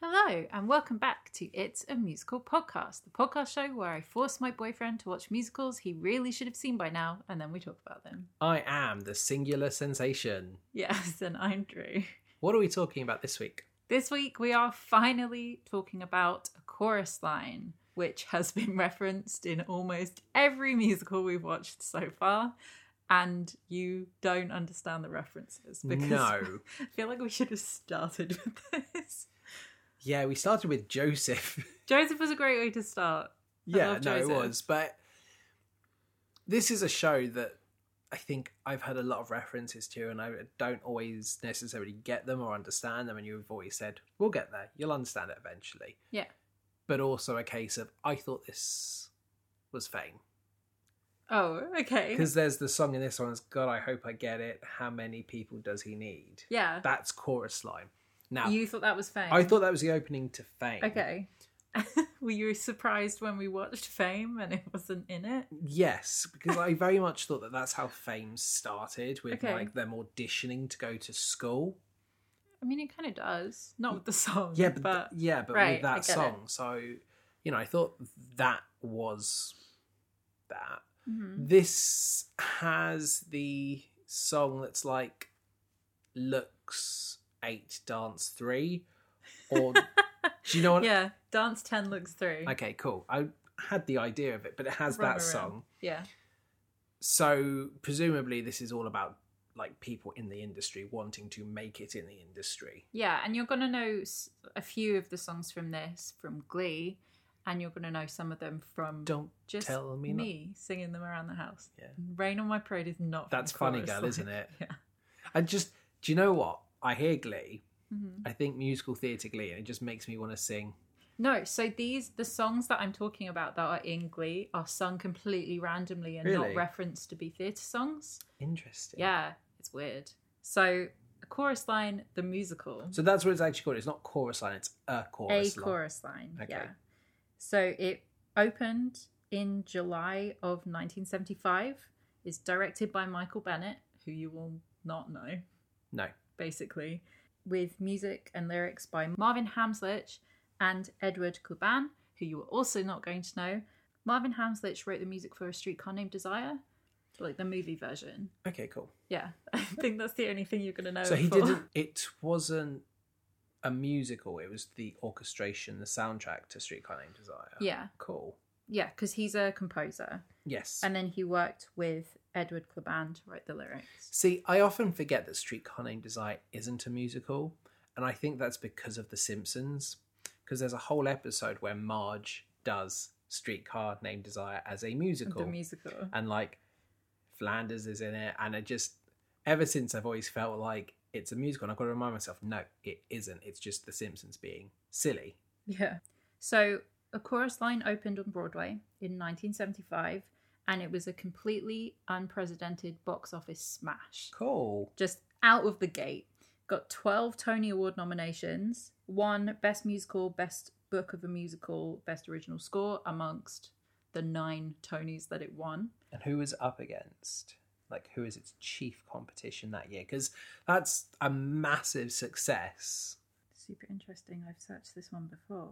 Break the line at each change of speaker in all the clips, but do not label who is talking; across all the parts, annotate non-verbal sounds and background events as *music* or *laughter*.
and welcome back to It's a Musical Podcast, the podcast show where I force my boyfriend to watch musicals he really should have seen by now, and then we talk about them.
I am the singular sensation.
Yes, and I'm Drew.
What are we talking about this week?
This week we are finally talking about a chorus line, which has *laughs* been referenced in almost every musical we've watched so far. And you don't understand the references *laughs* because *laughs*
No.
I feel like we should have started *laughs* with this.
Yeah, we started with Joseph. *laughs*
Joseph was a great way to start.
yeah,
love
no, it
Joseph.
was. But this is a show that I think I've had a lot of references to, and I don't always necessarily get them or understand them. And you've always said, "We'll get there. You'll understand it eventually."
Yeah.
But also a case of I thought this was fame
Oh, okay.
because there's the song in this one's God. I hope I get it. How many people does he need?
Yeah.
That's chorus line. Now
You thought that was Fame.
I thought that was the opening to Fame.
Okay. *laughs* Were you surprised when we watched Fame and it wasn't in it?
Yes, because I very much thought that that's how Fame started with
Okay.
like them auditioning to go to school.
I mean, it kind of does. Not with the song.
Yeah, but, yeah, but
right,
with
I
that
get it.
song. So, you know, I thought that was that. Mm-hmm.
Mhm.
This has the song that's like looks 8 dance 3
*laughs*
or do you know what
yeah. Dance 10 looks through.
Okay, cool. I had the idea of it, but it has
Run around.
that song.
Yeah.
So presumably, this is all about like people in the industry wanting to make it in the industry.
Yeah. And you're going to know s- a few of the songs from this, from Glee, and you're going to know some of them from
Don't
just
tell me,
me,
not-
singing them around the house.
Yeah.
Rain on My Parade is not. from
That's funny,
Chorus
girl,
Line.
isn't it?
*laughs* Yeah.
I just, do you know what? I hear Glee.
Mhm.
I think musical theatre Glee, and it just makes me want to sing.
No, so these the songs that I'm talking about that are in Glee are sung completely randomly and
Really?
not referenced to be theatre songs.
Interesting.
Yeah, it's weird. So a chorus line, the musical,
So that's what it's actually called. It's not chorus line. It's a chorus
a
line.
chorus line.
Okay.
Yeah. So it opened in July of 1975. Is directed by Michael Bennett, who you will not know.
No.
basically, with music and lyrics by Marvin Hamslich and Edward Kluban, who you were also not going to know. Marvin Hamslich wrote the music for A Streetcar Named Desire, like the movie version.
Okay, cool.
Yeah, *laughs* I think that's the only thing you're going to know.
so
it
he
for.
didn't. It wasn't a musical. It was the orchestration, the soundtrack to Streetcar Named Desire.
*laughs* Yeah,
Cool.
yeah, because he's a composer,
Yes.
and then he worked with Edward Kluban to write the lyrics.
See, I often forget that Streetcar Named Desire isn't a musical, and I think that's because of The Simpsons, because there's a whole episode where Marge does Streetcar Named Desire as a musical,
The musical.
and like Flanders is in it, and it just ever since I've always felt like it's a musical, and I've got to remind myself, no, it isn't. It's just The Simpsons being silly.
Yeah. So, A Chorus Line opened on Broadway in 1975, and it was a completely unprecedented box office smash.
Cool.
Just out of the gate. Got 12 Tony Award nominations, one Best Musical, Best Book of a Musical, Best Original Score, amongst the nine Tonys that it won.
And who was up against? Like, who is its chief competition that year? Because that's a massive success.
Super interesting. I've searched this one before.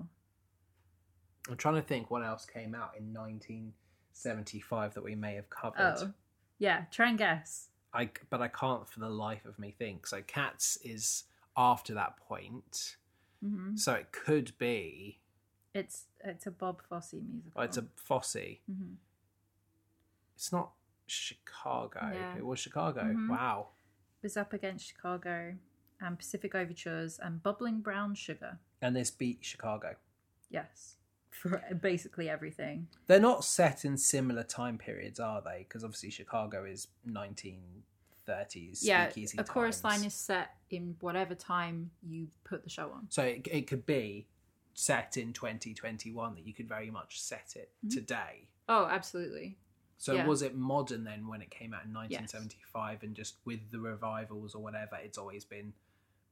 I'm trying to think what else came out in 1975 that we may have covered.
Oh, yeah. Try and guess.
I but I can't for the life of me think. So Cats is after that point.
hmm
So it could be
It's it's a Bob Fosse musical.
oh, it's a Fosse.
hmm
It's not Chicago.
Yeah.
It was Chicago.
Mhm.
Wow.
was up against Chicago and Pacific Overtures and Bubbling Brown Sugar.
And this beat Chicago.
Yes, for basically everything.
They're not set in similar time periods, are they? Because obviously Chicago is 1930s.
yeah,
speakeasy
a chorus
times.
line is set in whatever time you put the show on.
So it, it could be set in 2021 that you could very much set it
Mhm.
today.
Oh, absolutely.
So
Yeah.
was it modern then when it came out in
Yes.
1975 and just with the revivals or whatever, it's always been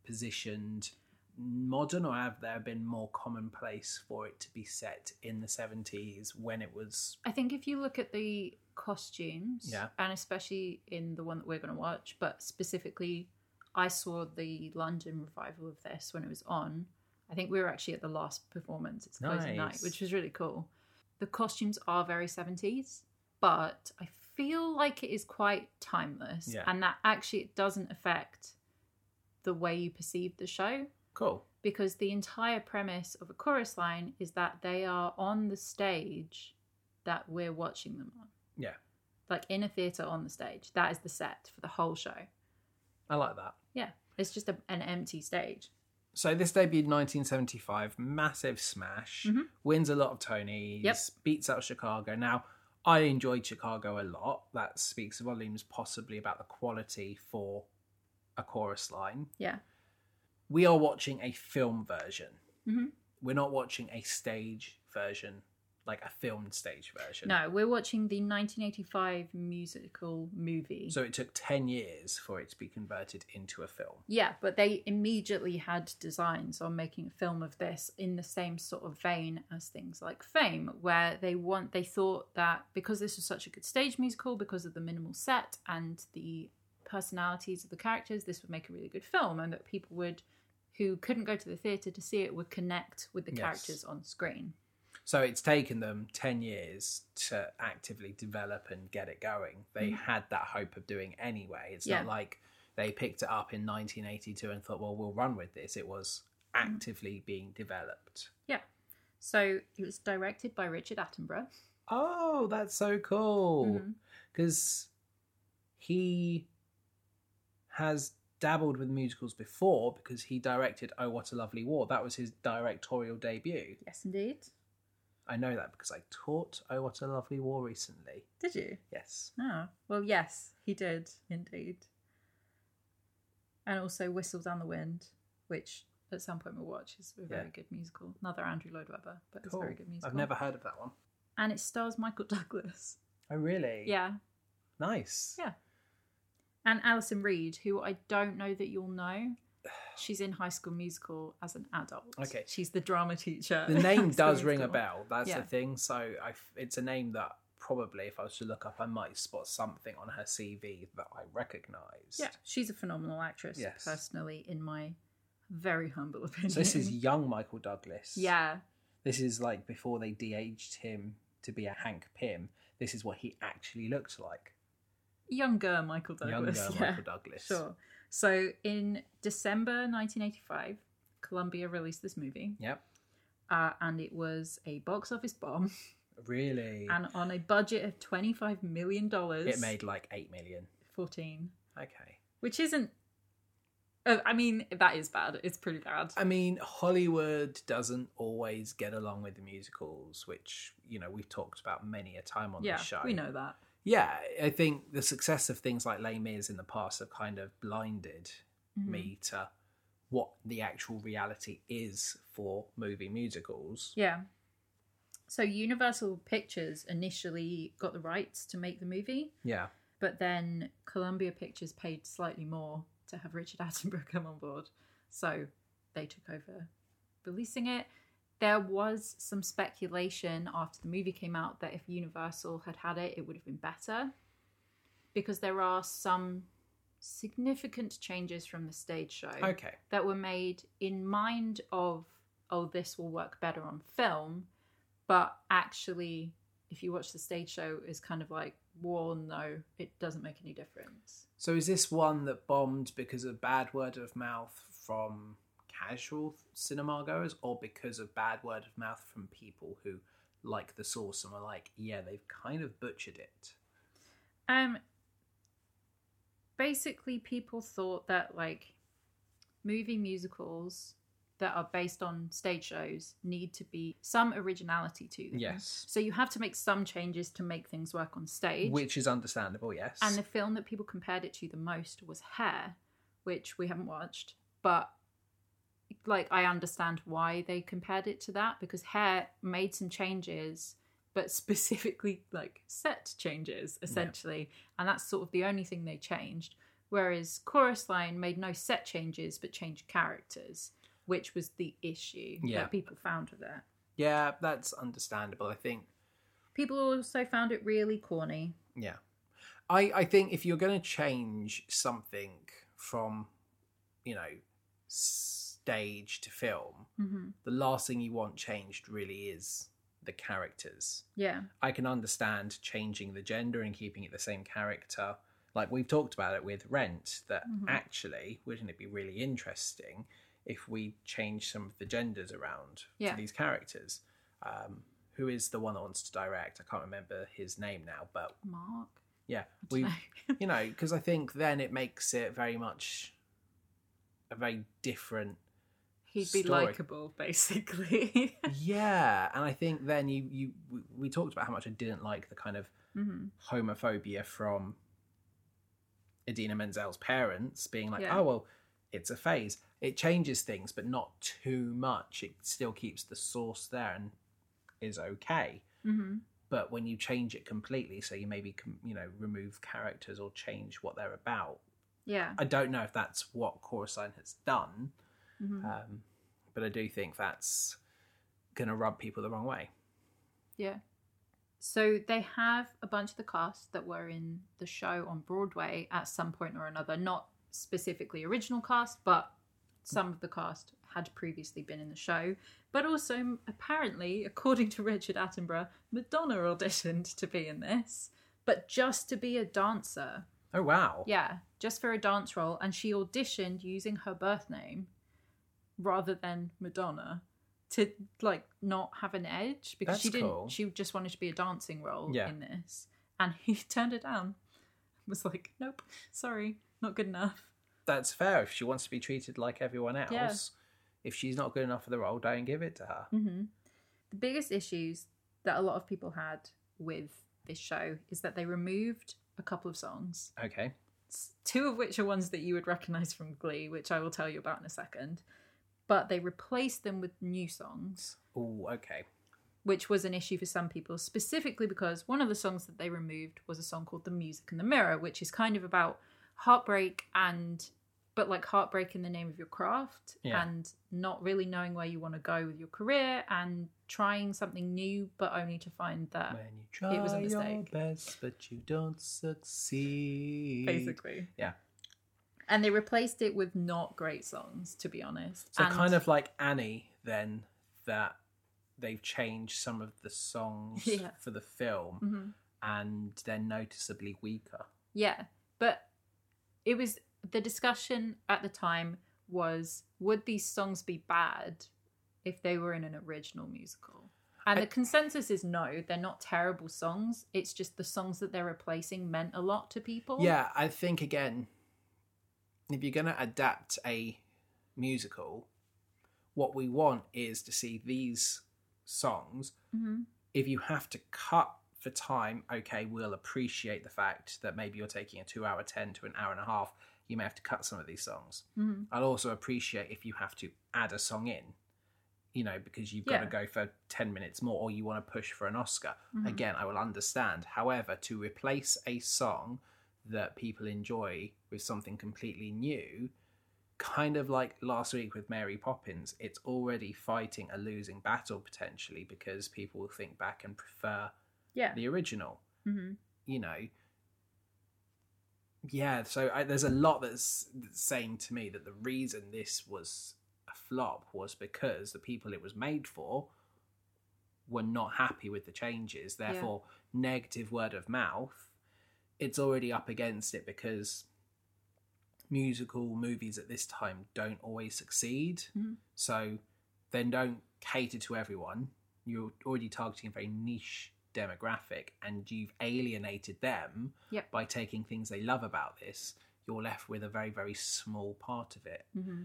positioned modern or have there been more commonplace for it to be set in the 70s when it was
I think if you look at the costumes,
Yeah.
and especially in the one that we're going to watch, but specifically, I saw the London revival of this when it was on, I think we were actually at the last performance. It's closing night,
Nice.
which was really cool. The costumes are very 70s, but I feel like it is quite timeless
Yeah.
and that actually it doesn't affect the way you perceive the show
Cool.
because the entire premise of a chorus line is that they are on the stage that we're watching them on.
Yeah.
Like in a theatre on the stage. That is the set for the whole show.
I like that.
Yeah. It's just a, an empty stage.
So this debuted 1975, massive smash,
Mhm.
wins a lot of Tonys,
Yep.
beats out Chicago. Now, I enjoyed Chicago a lot. That speaks volumes possibly about the quality for a chorus line.
Yeah.
We are watching a film version.
Mhm.
We're not watching a stage version, like a filmed stage version.
No, we're watching the 1985 musical movie.
So it took 10 years for it to be converted into a film.
yeah, but they immediately had designs on making a film of this in the same sort of vein as things like Fame, where they want they thought that because this was such a good stage musical, because of the minimal set and the personalities of the characters, this would make a really good film, and that people would who couldn't go to the theatre to see it would connect with the
Yes.
characters on screen.
So it's taken them 10 years to actively develop and get it going. They
Mhm.
had that hope of doing anyway. It's
Yeah.
not like they picked it up in 1982 and thought, well, we'll run with this. It was actively being developed.
So it was directed by Richard Attenborough.
Oh, that's so cool.
Mhm.
Because he has dabbled with musicals before because he directed Oh What a Lovely War. That was his directorial debut.
Yes, indeed.
I know that because I taught Oh What a Lovely War recently.
Did you?
Yes.
Oh, well, yes, he did indeed. And also Whistle Down the Wind, which at some point we'll watch is a very
Yeah.
good musical. Another Andrew Lloyd Webber, but it's a
Cool.
very good musical.
I've never heard of that one.
And it stars Michael Douglas.
Oh, really?
Yeah.
Nice.
Yeah. And Alison Reed, who I don't know that you'll know.
*sighs*
She's in High School Musical as an adult.
Okay.
She's the drama teacher. *laughs*
The
in
name
High School
does ring a
Musical.
bell. That's
Yeah.
the thing. So I f it's a name that probably, if I was to look up, I might spot something on her CV that I recognise.
Yeah. She's a phenomenal actress,
Yes.
personally, in my very humble opinion.
So this is young Michael
*laughs*
Douglas.
Yeah.
This is like before they de-aged him to be a Hank Pym. This is what he actually looked like.
Younger Michael Douglas.
Younger
*laughs* yeah.
Michael Douglas.
Sure. So in December 1985, Columbia released this movie,
Yep.
uh, and it was a box office bomb.
Really.
And on a budget of 25 million dollars,
it made like eight million.
14,
Okay.
which isn't. Uh, I mean, that is bad. It's pretty bad.
I mean, Hollywood doesn't always get along with the musicals, which you know we've talked about many a time on
yeah,
the show.
we know that.
Yeah, I think the success of things like Les Mis in the past have kind of blinded
Mhm.
me to what the actual reality is for movie musicals.
Yeah. So Universal Pictures initially got the rights to make the movie,
Yeah,
but then Columbia Pictures paid slightly more to have Richard *laughs* Attenborough come on board. So they took over releasing it. There was some speculation after the movie came out that if Universal had had it, it would have been better because there are some significant changes from the stage show
okay,
that were made in mind of oh this will work better on film but actually if you watch the stage show it's kind of like well no it doesn't make any difference
so is this one that bombed because of bad word of mouth from casual cinema goers, or because of bad word of mouth from people who like the source and were like, yeah, they've kind of butchered it?
um basically people thought that like movie musicals that are based on stage shows need to be some originality to them
Yes.
so you have to make some changes to make things work on stage
Which is understandable, yes.
And the film that people compared it to the most was Hair, which we haven't watched, but like I understand why they compared it to that because Hair made some changes, but *laughs* specifically like set changes essentially, and that's sort of the only thing they changed. Whereas Chorus Line made no set changes but changed characters, which was the issue
Yeah.
that people found with it.
yeah, that's understandable. I think
People also found it really corny.
Yeah. I, I think if you're going to change something from, you know, s- stage to film,
hmm
the last thing you want changed really is the characters.
Yeah.
I can understand changing the gender and keeping it the same character. Like we've talked about it with Rent, that
Mhm.
actually, wouldn't it be really interesting if we change some of the genders around
Yeah.
to these characters? Um, who is the one that wants to direct? I can't remember his name now, but
Mark.
yeah,
I
we,
dunno. *laughs*
you know, because I think then it makes it very much a very
*laughs*
different
He'd be
story.
likable, *laughs* basically.
yeah and i think then you you we- we talked about how much i didn't like the kind of
Mhm.
homophobia from Idina Menzel's parents being like,
Yeah.
oh, well, it's a phase. It changes things, but not too much. It still keeps the source there and is okay.
Mhm.
But when you change it completely, so you maybe, com- you know, remove characters or change what they're about,
Yeah.
I don't know if that's what Coraline has done,
Mhm.
um, but I do think that's going to rub people the wrong way.
Yeah. So they have a bunch of the cast that were in the show on Broadway at some point or another, not specifically original cast, but some of the cast had previously been in the show. But also, m- apparently, according to Richard Attenborough, Madonna auditioned to be in this, but just to be a dancer.
Oh, wow.
Yeah, just for a dance role. And she auditioned using her birth name rather than Madonna to like not have an edge because
That's
she didn't
cool.
she just wanted to be a dancing role
Yeah.
in this. And he *laughs* turned it down. Was like, Nope, sorry, not good enough.
that's fair if she wants to be treated like everyone else.
Yeah.
If she's not good enough for the role, don't give it to her.
hmm The biggest issues that a lot of people had with this show is that they removed a couple of songs.
Okay.
s- two of which are ones that you would recognize from Glee, which I will tell you about in a second. But they replaced them with new songs,
Oh, okay.
which was an issue for some people, specifically because one of the songs that they removed was a song called The Music and the Mirror, which is kind of about heartbreak and, but like heartbreak in the name of your craft
Yeah.
and not really knowing where you want to go with your career and trying something new, but only to find that
When you try
Uh, was a
your
mistake.
best, but you don't succeed.
basically.
Yeah.
And they replaced it with not great songs, to be honest.
So
And-
kind of like Annie, then that they've changed some of the
*laughs*
songs
Yeah.
for the film,
Mhm.
and they're noticeably weaker.
Yeah, but it was the discussion at the time was would these songs be bad if they were in an original musical? And
I-
the consensus is no, they're not terrible songs. It's just the songs that they're replacing meant a lot to people.
Yeah, I think again, if you're going to adapt a musical, what we want is to see these songs.
hmm
If you have to cut for time, okay, we'll appreciate the fact that maybe you're taking a two hour 10 to an hour and a half. You may have to cut some of these songs.
hmm
I'll also appreciate if you have to add a song in, you know, because you've got
Yeah.
to go for 10 minutes more or you want to push for an Oscar.
Mhm.
Again, I will understand. However, to replace a song that people enjoy with something completely new, kind of like last week with Mary Poppins, it's already fighting a losing battle potentially because people will think back and prefer
Yeah.
the original
hmm
you know yeah so I, there's a lot that's, that's saying to me that the reason this was a flop was because the people it was made for were not happy with the changes therefore negative word of mouth it's already up against it because musical movies at this time don't always succeed
Mhm.
so then don't cater to everyone you're already targeting a very niche demographic and you've alienated them
Yep.
by taking things they love about this you're left with a very very small part of it
hmm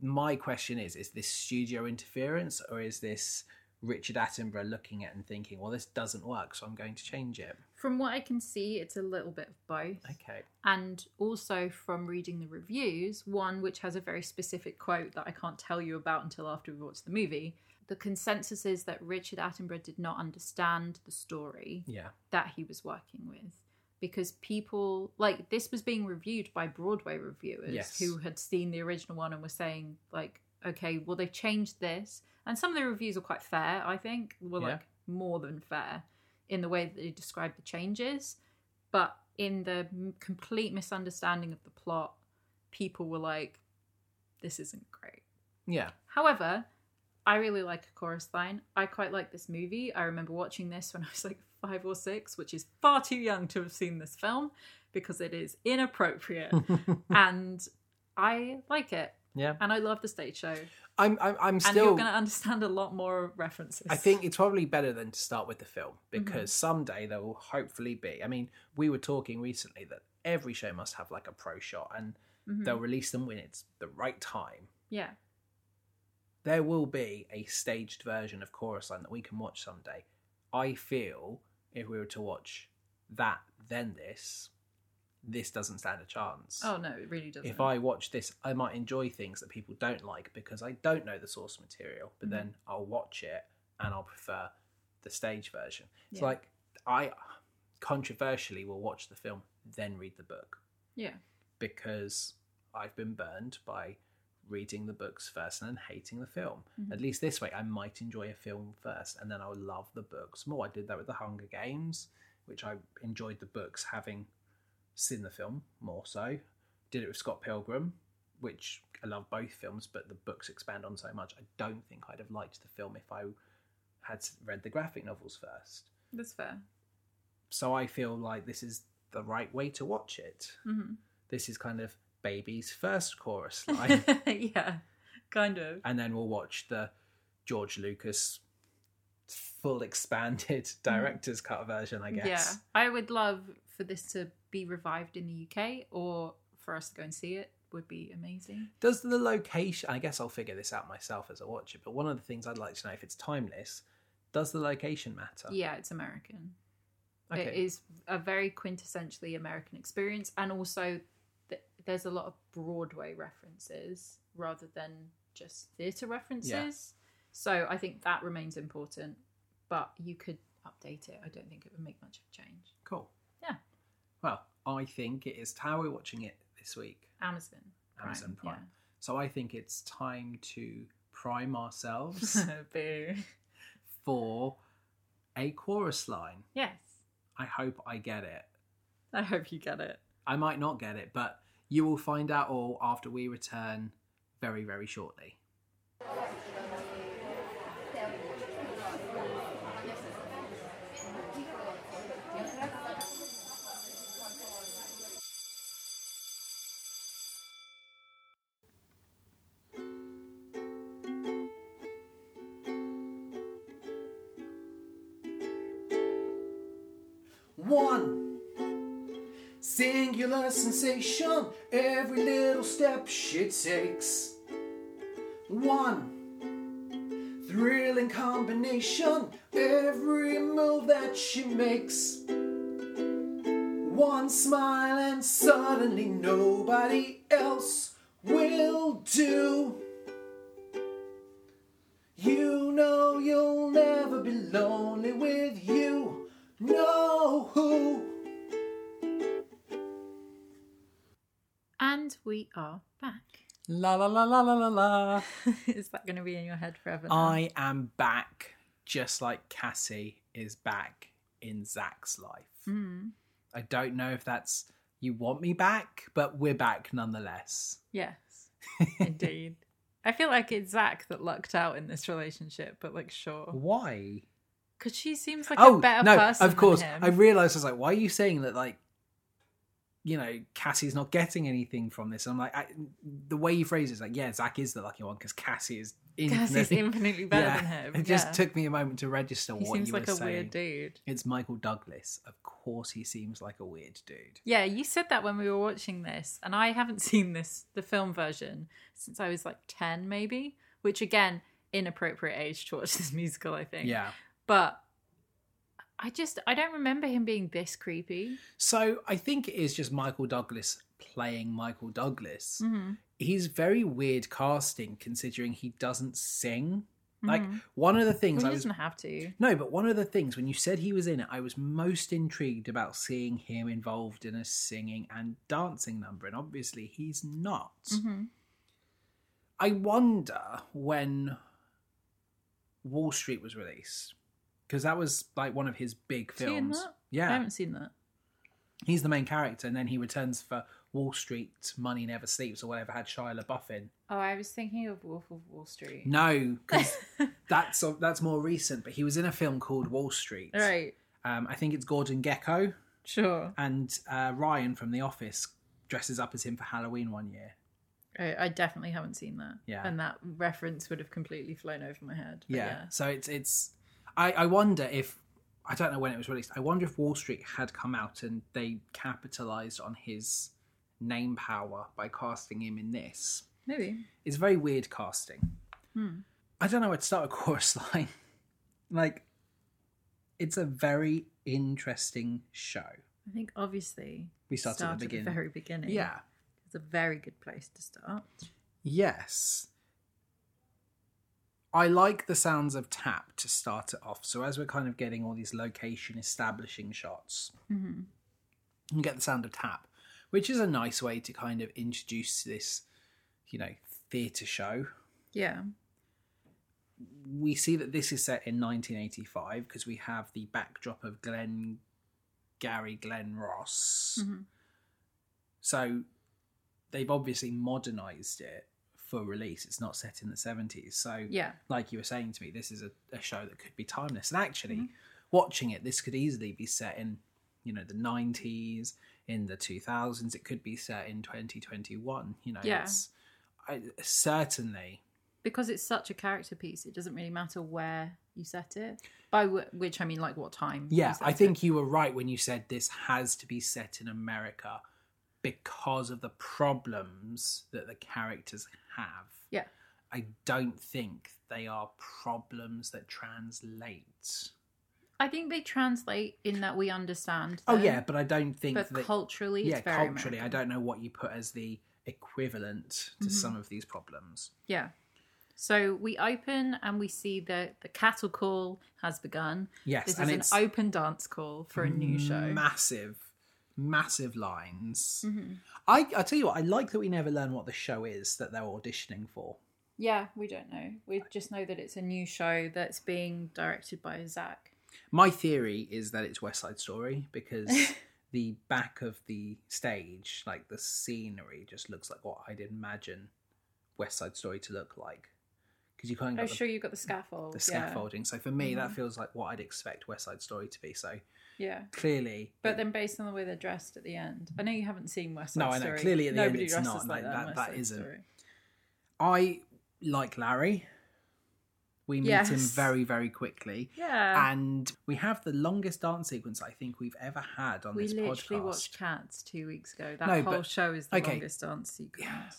my question is is this studio interference or is this richard attenborough looking at and thinking well this doesn't work so i'm going to change it
From what I can see, it's a little bit of both.
okay
and also from reading the reviews, one which has a very specific quote that I can't tell you about until after we've watched the movie. The consensus is that Richard Attenborough did not understand the story
yeah
that he was working with because people like this was being reviewed by Broadway reviewers
Yes.
who had seen the original one and were saying like okay well they changed this and some of the reviews were quite fair I think were
Yeah.
like more than fair in the way that they described the changes but in the m- complete misunderstanding of the plot people were like this isn't great
Yeah.
However, I really like a chorus line. I quite like this movie. I remember watching this when I was like five or six, which is far too young to have seen this film because it is
*laughs*
inappropriate. and I like it.
Yeah.
And I love the stage show.
I'm I'm, I'm
And you're
still
going to understand a lot more references.
I think it's probably better than to start with the film
Mm-hmm.
because someday there will hopefully be. I mean, we were talking recently that every show must have like a pro shot and
Mhm.
they'll release them when it's the right time.
Yeah.
There will be a staged version of Chorus Line that we can watch someday. I feel if we were to watch that, then this, this doesn't stand a chance.
Oh, no, it really doesn't.
if I watch this, I might enjoy things that people don't like because I don't know the source material, but
Mhm.
then I'll watch it and I'll prefer the stage version. It's
Yeah.
like I controversially will watch the film, then read the book
Yeah.
because I've been burned by reading the books first and then hating the film.
Mhm.
At least this way, I might enjoy a film first and then I'll love the books more. I did that with The Hunger Games, which I enjoyed the books having seen the film more so. Did it with Scott Pilgrim, which I love both films, but the books expand on so much. I don't think I'd have liked the film if I had read the graphic novels first.
That's fair.
So I feel like this is the right way to watch it
hmm
this is kind of baby's first chorus
*laughs*
line
yeah. Kind of.
and then we'll watch the george lucas full expanded director's cut version i
Mm.
guess
Yeah, I would love for this to be revived in the UK or for us to go and see it would be amazing.
does the location i guess i'll figure this out myself as i watch it but one of the things i'd like to know if it's timeless does the location matter
Yeah, it's American. It
okay
is a very quintessentially American experience, and also th- there's a lot of Broadway references rather than just theatre references. So I think that remains important, but you could update it. I don't think it would make much of a change.
cool
Yeah.
well i think it is how we're watching it this week
Amazon. Prime,
amazon prime so i think it's time to prime ourselves
Yeah. *laughs* Boo.
for a chorus line
Yes.
I hope I get it.
I hope you get it.
I might not get it, but you will find out all after we return very, very shortly. One singular sensation every little step she takes. One thrilling combination every move that she makes. One smile, and suddenly nobody else will do. You know you'll never be lonely with you. Know who?
And we are back.
La la la la la la la.
*laughs* Is that going to be in your head forever? now?
I am back, just like Cassie is back in Zach's life.
Mm,
I don't know if that's you want me back, but we're back nonetheless.
yes, indeed. I feel like it's Zach that lucked out in this relationship, but like, sure,
Why?
because she seems like
oh
a better
no,
person.
of course.
than him. *laughs*
I realised I was like, why are you saying that? Like, you know, Cassie's not getting anything from this. And I'm like, I, the way you phrase it is like, yeah, Zach is the lucky one because Cassie is
Cass is
infinitely.
infinitely better
Yeah,
than him.
*laughs* It just
yeah.
took me a moment to register
He
what
seems
you
like
were
a
saying.
weird dude.
It's Michael Douglas. Of course, he seems like a weird dude.
Yeah, you said that when we were watching this, and I haven't *laughs* seen this the film version since I was like ten, maybe. Which again, inappropriate age to watch this musical, I think.
Yeah.
but I just I don't remember him being this creepy.
So I think it is just Michael Douglas playing Michael Douglas.
Mm-hmm.
He's very weird casting considering he doesn't sing. Like one of the things I was
Mm. doesn't have to.
No, but one of the things when you said he was in it, I was most intrigued about seeing him involved in a singing and dancing number, and obviously he's not.
Mm-hmm.
I wonder when Wall Street was released because that was like one of his big
Seen
films.
that? I
Yeah,
haven't seen that.
he's the main character, and then he returns for Wall Street, Money Never Sleeps, or whatever had Shia LaBeouf in.
Oh, I was thinking of Wolf of Wall Street.
No, because
*laughs*
that's that's more recent. But he was in a film called Wall Street.
right.
Um, I think it's Gordon Gecko
Sure.
and uh, Ryan from The Office dresses up as him for Halloween one year.
I, I definitely haven't seen that.
Yeah.
And that reference would have completely flown over my head. but
Yeah. So it's it's I, I wonder if I don't know when it was released. I wonder if Wall Street had come out and they capitalized on his name power by casting him in this.
Maybe.
It's very weird casting.
Hmm.
I don't know where to start with chorus *laughs* line. like it's a very interesting show.
I think obviously
We start,
start
at the beginning.
very beginning.
yeah.
It's a very good place to start.
Yes. I like the sounds of tap to start it off. So as we're kind of getting all these location establishing shots,
hmm
you get the sound of tap, which is a nice way to kind of introduce this, you know, theatre show.
Yeah.
We see that this is set in 1985 because we have the backdrop of Glenn, Gary Glenn Ross.
Mhm.
So they've obviously modernized it for release. It's not set in the 70s. So
Yeah.
like you were saying to me, this is a, a show that could be timeless. And actually, watching it, this could easily be set in, you know, the 90s, in the 2000s. It could be set in 2021. You know,
Yeah.
it's I, certainly.
Because it's such a character piece, it doesn't really matter where you set it. By wh- which I mean, like, what time. you
Yeah,
set
I
it.
think you were right when you said this has to be set in America because of the problems that the characters have.
Yeah.
I don't think they are problems that translate.
I think they translate in that we understand.
Oh
them,
yeah, but I don't think
But
that
culturally,
yeah,
it's very
culturally,
American.
I don't know what you put as the equivalent to
Mhm.
some of these problems.
Yeah. So we open and we see that the cattle call has begun.
Yes,
This
and
is
it's Mm,
an open dance call for a new show.
massive, massive lines.
Mhm.
I I tell you what, I like that we never learn what the show is that they're auditioning for.
Yeah, we don't know. We just know that it's a new show that's being directed by Zach.
My theory is that it's West Side Story because
*laughs*
the back of the stage, like the scenery, just looks like what I'd imagine West Side Story to look like. Because you kind of
Oh,
got the
sure, you've got the scaffold.
the scaffolding. So for me, that
Mhm.
feels like what I'd expect West Side Story to be. So
Yeah. yeah.
clearly,
But then, based on the way they're dressed at the end, I know you haven't seen West Side
No, I know.
Story.
Clearly at the end
Nobody
it's
dresses
not.
Like
No,
that, in
that-
West
that
Side
isn't.
Story.
I like Larry. We meet him
Yes.
very, very quickly.
Yeah.
And we have the longest dance sequence I think we've ever had on
we
this
literally
podcast.
watched Cats two weeks ago. That
No,
whole
but-
show is the
okay.
longest dance sequence.
Yeah.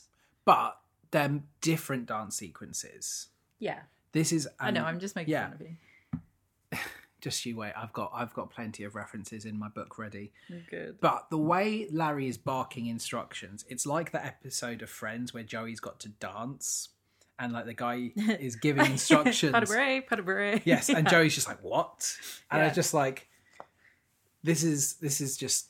But they're different dance sequences.
Yeah.
This is
I know.
um,
I'm just making
yeah.
fun of you.
just you wait. I've got I've got plenty of references in my book ready.
You're good.
But the way Larry is barking instructions, it's like that episode of Friends where Joey's got to dance and like the
*laughs*
guy is giving instructions.
Pas de beret, pas de beret. *laughs*
Yes, and Joey's just like, "What?" And I
Yeah.
was just like, "This is this is just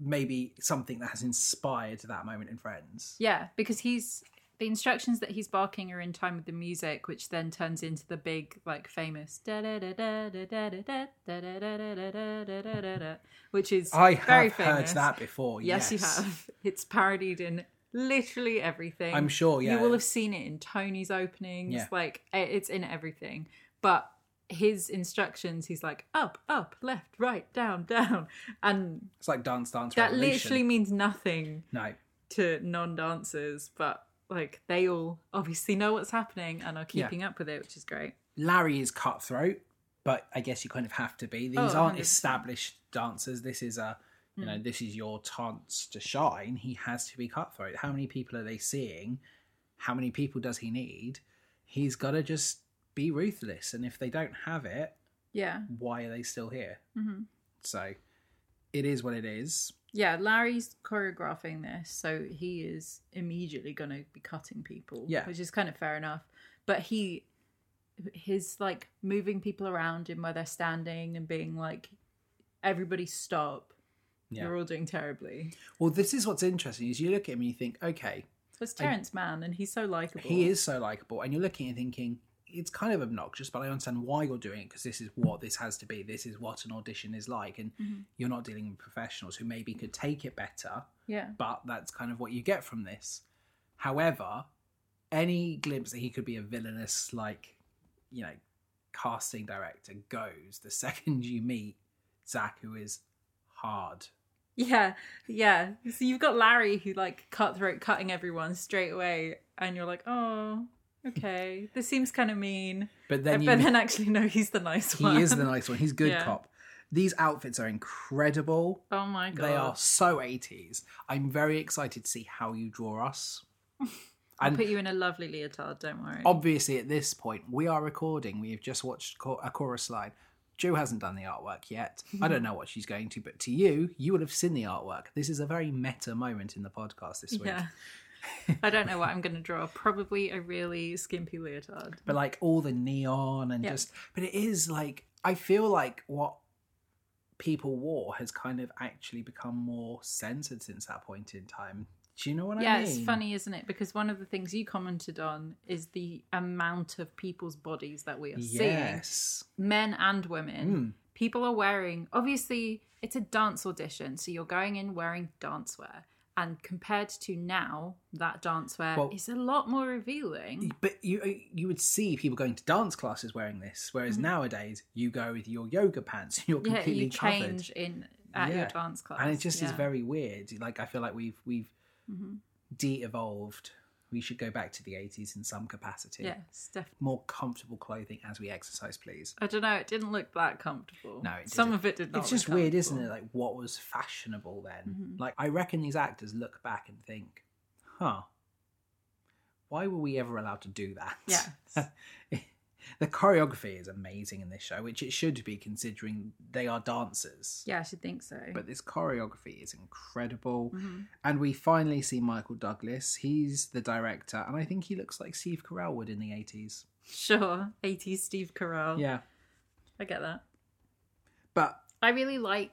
maybe something that has inspired that moment in Friends."
Yeah, because he's the instructions that he's barking are in time with the music, which then turns into the big, like, famous da da da da da da da da da da da da da da da da da da, which is
I have
very
heard
famous.
that before.
Yes,
Yes,
you have. *laughs* It's parodied in literally everything.
I'm sure. Yeah,
You will have seen it in Tony's openings.
Yeah.
Like i- it's in everything. But his instructions, he's like up, up, left, right, down, *laughs* down, and
it's like Dance Dance
that
Revolution.
literally means nothing
no.
to non-dancers, but like they all obviously know what's happening and are
Yeah.
keeping up with it, which is great.
Larry is cutthroat, but I guess you kind of have to be. These
Oh,
aren't
100%.
established dancers. This is a you know this is your chance to shine. He has to be cutthroat. How many people are they seeing? How many people does he need? He's got to just be ruthless. And if they don't have it,
Yeah,
why are they still here?
hmm
So it is what it is.
yeah. Larry's choreographing this, so he is immediately going to be cutting people.
Yeah.
which is kind of fair enough. But he, his like moving people around and where they're standing and being like, "Everybody stop!
Yeah.
You're all doing terribly."
Well, this is what's interesting is you look at him and you think, okay,
It's Terrence Mann, and he's so likable.
He is so likable, and you're looking and thinking it's kind of obnoxious, but I understand why you're doing it because this is what this has to be. This is what an audition is like, and
Mhm.
you're not dealing with professionals who maybe could take it better
Yeah.
but that's kind of what you get from this. However, any glimpse that he could be a villainous, like, you know, casting director goes the *laughs* second you meet Zach, who is hard.
Yeah, yeah. So you've got Larry who like cutthroat cutting everyone straight away, and you're like, oh, okay, this seems kind of mean.
But then
but *laughs*
you
then actually, no, he's the nice one.
he is the nice one. He's good
Yeah.
cop. These outfits are incredible.
Oh my god,
They are so 80s. I'm very excited to see how you draw us.
I'll
and-
put you in a lovely leotard. Don't worry.
Obviously, at this point, we are recording. We have just watched Cho- a chorus line. Joe hasn't done the
*laughs*
artwork yet. I don't know what she's going to, but to you, you will have seen the artwork. This is a very meta moment in the podcast this week.
yeah. *laughs* I don't know what I'm going to draw. Probably a really skimpy leotard.
But like all the neon and
Yeah.
just, but it is like, I feel like what people wore has kind of actually become more censored since that point in time. Do you know what
yeah,
I mean?
it's funny, isn't it? Because one of the things you commented on is the amount of people's bodies that we are seeing.
Yes.
men and women.
Mm.
People are wearing, obviously, it's a dance audition, so you're going in wearing dancewear. And compared to now, that dancewear
Well-
is a lot more revealing.
But you uh, you would see people going to dance classes wearing this, whereas
Mhm.
nowadays you go with your yoga pants and you're
Yeah,
completely
you
covered,
change in at your
Yeah.
dance class,
and it just is
yeah.
very weird. Like I feel like we've we've
Mhm.
de-evolved. We should go back to the '80s in some capacity.
yes, definitely.
More comfortable clothing as we exercise, please.
I don't know. It didn't look that comfortable.
No, it
some
didn't.
of it did not.
it's
look
just weird, isn't it?
comfortable.
Like what was fashionable then?
Mhm.
Like I reckon these actors look back and think, "Huh, why were we ever allowed to do that?" *laughs*
Yes.
the choreography is amazing in this show, which it should be considering they are dancers.
yeah, I should think so.
But this choreography is incredible.
Mhm.
And we finally see Michael Douglas. He's the director, and I think he looks like Steve Carell would in the 80s.
Sure, 80s Steve Carell.
Yeah.
I get that.
But
I really like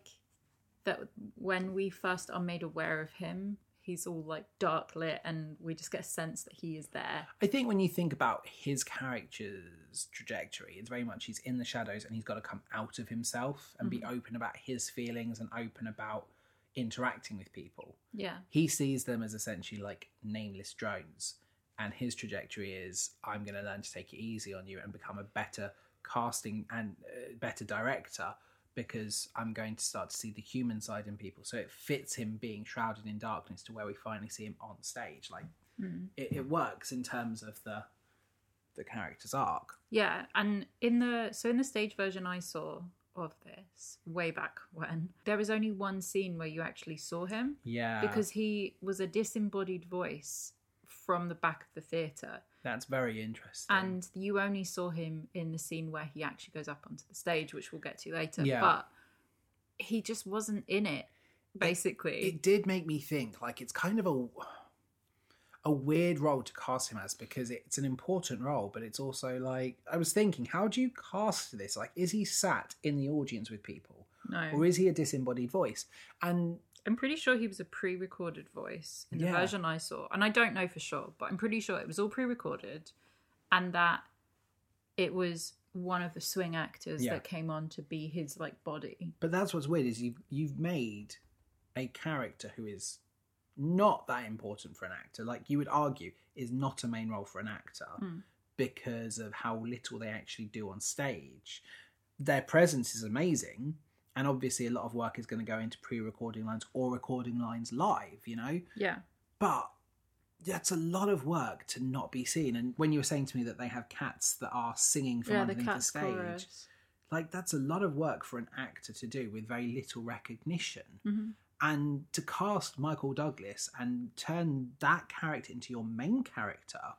that when we first are made aware of him, he's all like dark lit, and we just get a sense that he is there.
I think when you think about his character's trajectory, it's very much he's in the shadows and he's got to come out of himself and be open about his feelings and open about interacting with people.
Yeah,
he sees them as essentially like nameless drones and his trajectory is i'm going to learn to take it easy on you and become a better casting and uh, better director because i'm going to start to see the human side in people so it fits him being shrouded in darkness to where we finally see him on stage like
Mm-hmm.
it, it works in terms of the the character's arc
yeah. And in the so in the stage version I saw of this way back when, there was only one scene where you actually saw him
yeah
because he was a disembodied voice from the back of the theater,
that's very interesting
and you only saw him in the scene where he actually goes up onto the stage, which we'll get to later.
Yeah.
But he just wasn't in it. Basically,
it did make me think like it's kind of a a weird role to cast him as because it's an important role but it's also like i was thinking how do you cast this like is he sat in the audience with people or
No,
is he a disembodied voice and
I'm pretty sure he was a pre-recorded voice in the
Yeah.
version I saw, and I don't know for sure, but I'm pretty sure it was all pre-recorded, and that it was one of the swing actors
Yeah.
that came on to be his like body.
but that's what's weird is you you've made a character who is not that important for an actor like you would argue is not a main role for an actor
Mm.
because of how little they actually do on stage. Their presence is amazing, and obviously, a lot of work is going to go into pre recording lines or recording lines live, you know?
Yeah,
But that's a lot of work to not be seen. And when you were saying to me that they have cats that are singing from
yeah, the
underneath the,
cat's
stage,
chorus.
like that's a lot of work for an actor to do with very little recognition
Mhm.
and to cast michael douglas and turn that character into your main character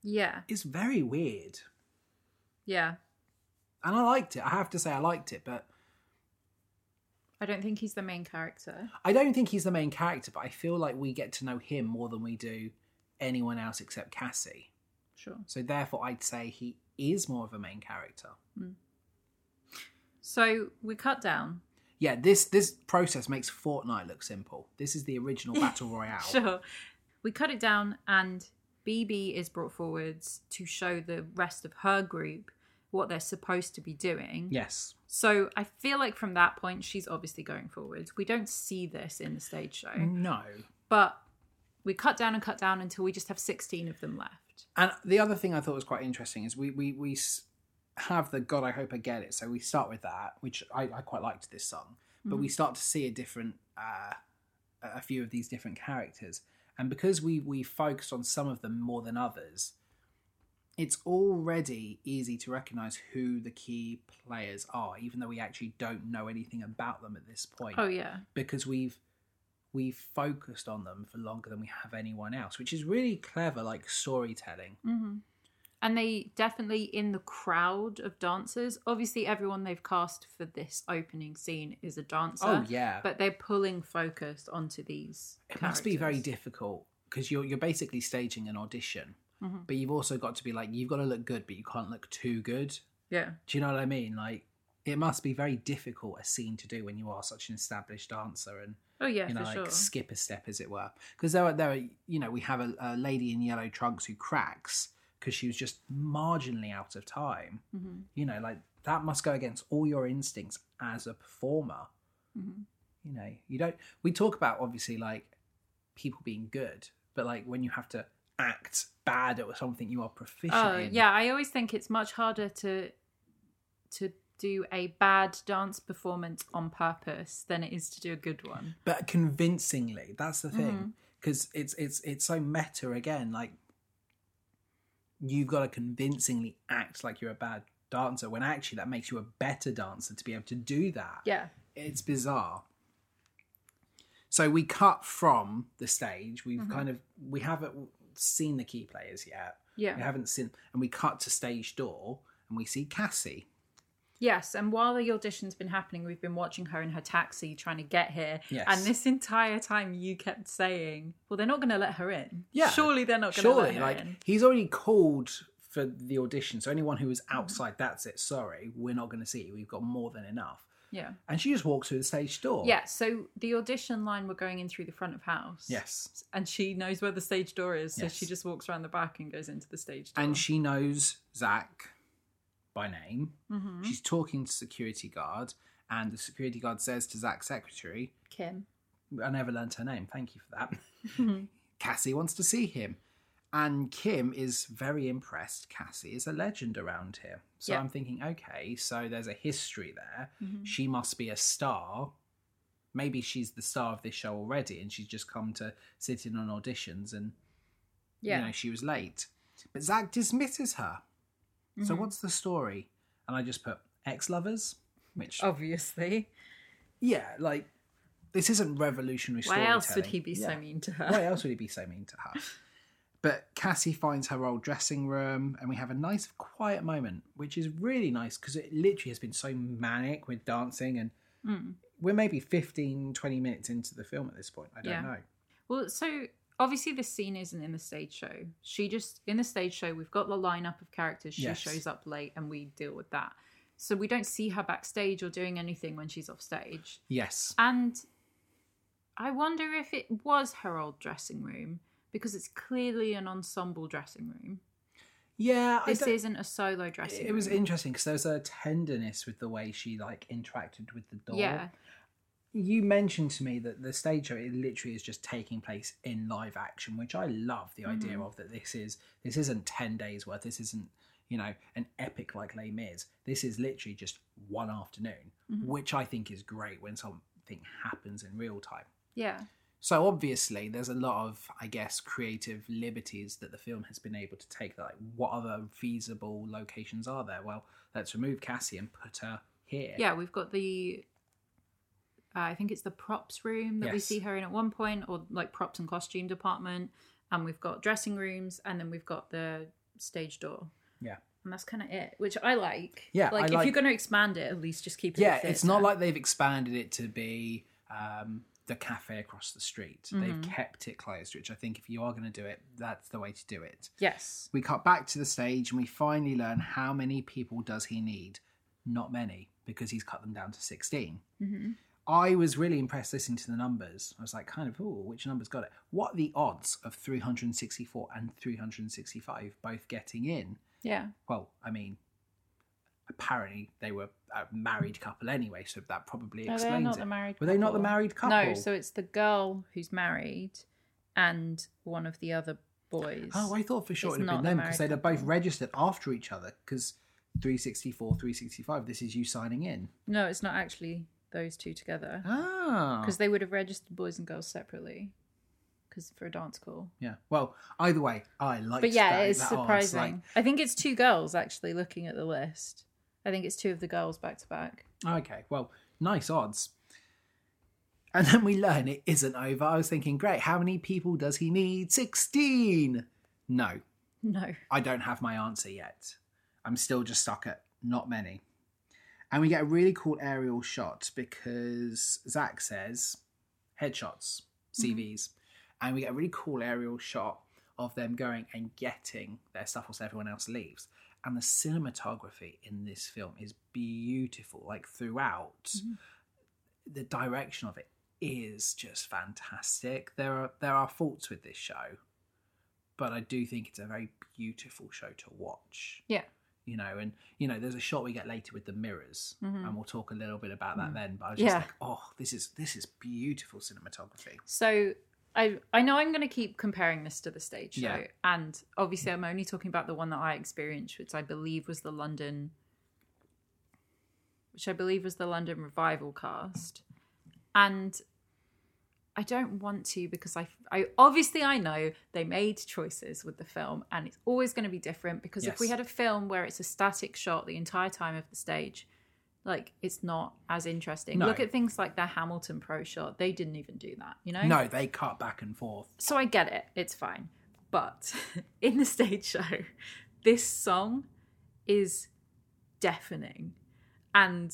Yeah,
is very weird
yeah.
and I liked it. I have to say, I liked it, but
I don't think he's the main character.
I don't think he's the main character. But I feel like we get to know him more than we do anyone else except Cassie.
Sure.
So therefore, I'd say he is more of a main character.
So we cut down.
Yeah, this this process makes Fortnite look simple. This is the original battle
*laughs*
royale.
Sure. We cut it down, and BB is brought forwards to show the rest of her group what they're supposed to be doing.
Yes.
So I feel like from that point, she's obviously going forwards. We don't see this in the stage show,
No.
but we cut down and cut down until we just have 16 of them left.
And the other thing I thought was quite interesting is we we we s- have the God I hope I get it. So we start with that, which I, I quite liked this song, but
Mm-hmm.
we start to see a different uh, a few of these different characters, and because we we focused on some of them more than others, it's already easy to recognize who the key players are, even though we actually don't know anything about them at this point
Oh, yeah.
because we've we've focused on them for longer than we have anyone else, which is really clever, like storytelling.
hmm And they definitely, in the crowd of dancers, obviously everyone they've cast for this opening scene is a dancer.
oh yeah,
But they're pulling focus onto these.
it must be very
characters.
difficult because you're you're basically staging an audition,
Mhm.
but you've also got to be like you've got to look good, but you can't look too good.
Yeah.
Do you know what I mean? Like it must be very difficult a scene to do when you are such an established dancer and
Oh, yeah,
you know
for
like
sure.
skip a step as it were because there are there are you know we have a, a lady in yellow trunks who cracks because she was just marginally out of time
hmm
you know like that must go against all your instincts as a performer
hmm
you know you don't we talk about obviously like people being good but like when you have to act bad at something you are proficient
Oh
in
yeah, I always think it's much harder to to do a bad dance performance on purpose than it is to do a good one.
but convincingly that's the
Mm-hmm.
thing because it's it's it's so meta again like you've got to convincingly act like you're a bad dancer when actually that makes you a better dancer to be able to do that
Yeah.
it's bizarre so we cut from the stage we've
Mhm.
kind of we haven't seen the key players yet we
Yeah.
haven't seen and we cut to stage door and we see cassie
Yes, and while the audition's been happening, we've been watching her in her taxi trying to get here.
Yes.
And this entire time you kept saying, Well, they're not gonna let her in.
Yeah.
Surely they're not gonna let
surely
her
like
in.
he's already called for the audition so anyone who is outside that's it sorry we're not going to see you we've got more than enough
Yeah.
and she just walks through the stage door
Yeah, so the audition line we're going in through the front of house.
yes
And she knows where the stage door is, so
Yes.
she just walks around the back and goes into the stage door.
and she knows zach by name
Mhm.
she's talking to security guard and the security guard says to zach's secretary
Kim.
i never learned her name thank you for that
Mm-hmm.
cassie wants to see him and kim is very impressed cassie is a legend around here so
Yeah.
i'm thinking okay so there's a history there
Mhm.
she must be a star. Maybe she's the star of this show already, and she's just come to sit in on auditions, and
Yeah.
you know she was late. But Zach dismisses her. So
Mhm.
what's the story? And I just put ex-lovers, which
Oh. obviously.
yeah, like this isn't revolutionary.
Why else would
storytelling.
he be so
Yeah.
mean to
Why
her?
else would he be so mean to her? But Cassie finds her old dressing room, and we have a nice, quiet moment, which is really nice because it literally has been so manic with dancing and
Mm.
we're maybe 15 20 minutes into the film at this point i don't
Yeah.
know
Well, so obviously this scene isn't in the stage show. She just in the stage show we've got the lineup of characters. She
Yes.
shows up late and we deal with that. So we don't see her backstage or doing anything when she's off stage.
yes
And I wonder if it was her old dressing room because it's clearly an ensemble dressing room.
yeah I
This
don't-
isn't a solo dressing room.
it was interesting because there was a tenderness with the way she like interacted with the door
Yeah.
you mentioned to me that the stage show it literally is just taking place in live action which i love the idea of that this is this isn't 10 days worth this isn't you know an epic like les mis this is literally just one afternoon which i think is great when something happens in real time
Yeah.
So obviously, there's a lot of, I guess, creative liberties that the film has been able to take. Like, what other feasible locations are there? Well, let's remove Cassie and put her here.
yeah we've got the uh, i think it's the props room that we
Yes.
see her in at one point or like props and costume department and we've got dressing rooms and then we've got the stage door
Yeah.
and that's kind of it which i like
Yeah,
like
I
if
like-
you're going to expand it at least just keep it
Yeah,
a
it's not
theatre.
like they've expanded it to be um, the cafe across the street. They've kept it closed, which I think if you are going to do it, that's the way to do it.
yes
We cut back to the stage and we finally learn how many people does he need? Not many, because he's cut them down to 16.
hmm
I was really impressed listening to the numbers. I was like, kind of, ooh, which number's got it? What are the odds of 364 and 365 both getting in?
yeah
Well, I mean, apparently they were a married couple anyway, so that probably
No, they're
explains
not
it.
the married.
were they not the
couple.
married couple?
No, so it's the girl who's married and one of the other boys.
Oh, I thought for sure
It's
it would have
not
been
the
them because
married
they'd have both
couple.
registered after each other because 364, 365, this is you signing in.
No, it's not actually those two together
Ah.
because they would have registered boys and girls separately because for a dance call.
Yeah. Well, either way, I like
But yeah,
that,
it's
that answer, like,
surprising. I think it's two girls actually looking at the list. I think it's two of the girls back to back.
Okay, well, nice odds. And then we learn it isn't over. I was thinking, great, how many people does he need? 16! No,
No.
I don't have my answer yet. I'm still just stuck at not many. And we get a really cool aerial shot because Zach says headshots, CVs. And we get a really cool aerial shot of them going and getting their stuff whilst everyone else leaves. And the cinematography in this film is beautiful, like throughout.
Mhm.
The direction of it is just fantastic. There are there are faults with this show, but I do think it's a very beautiful show to watch.
Yeah.
You know, and you know, there's a shot we get later with the mirrors,
Mhm.
and we'll talk a little bit about that
Mm.
then. But I was just
Yeah.
like, oh, this is this is beautiful cinematography.
So I I know I'm going to keep comparing this to the stage show,
Yeah.
and obviously I'm only talking about the one that I experienced, which I believe was the London, which I believe was the London revival cast, and I don't want to because I I obviously I know they made choices with the film, and it's always going to be different because if we
Yes.
had a film where it's a static shot the entire time of the stage. Like it's not as interesting.
No.
Look at things like the Hamilton pro shot; they didn't even do that, you know.
No, they cut back and forth.
So I get it, it's fine. But *laughs* in the stage show, this song is deafening. And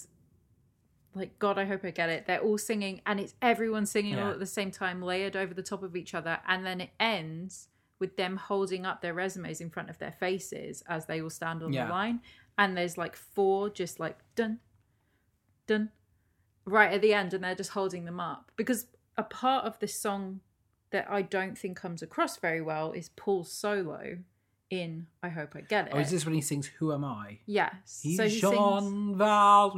like, God, I hope I get it. They're all singing, and it's everyone singing all
Yeah.
at the same time, layered over the top of each other. And then it ends with them holding up their resumes in front of their faces as they all stand on
Yeah.
the line. And there's like four just like dun, dun, right at the end, and they're just holding them up. Because a part of this song that I don't think comes across very well is Paul's solo in I Hope I Get It.
Oh, is this when he sings "Who Am I"?
Yes.
He's
so he
Jean
sings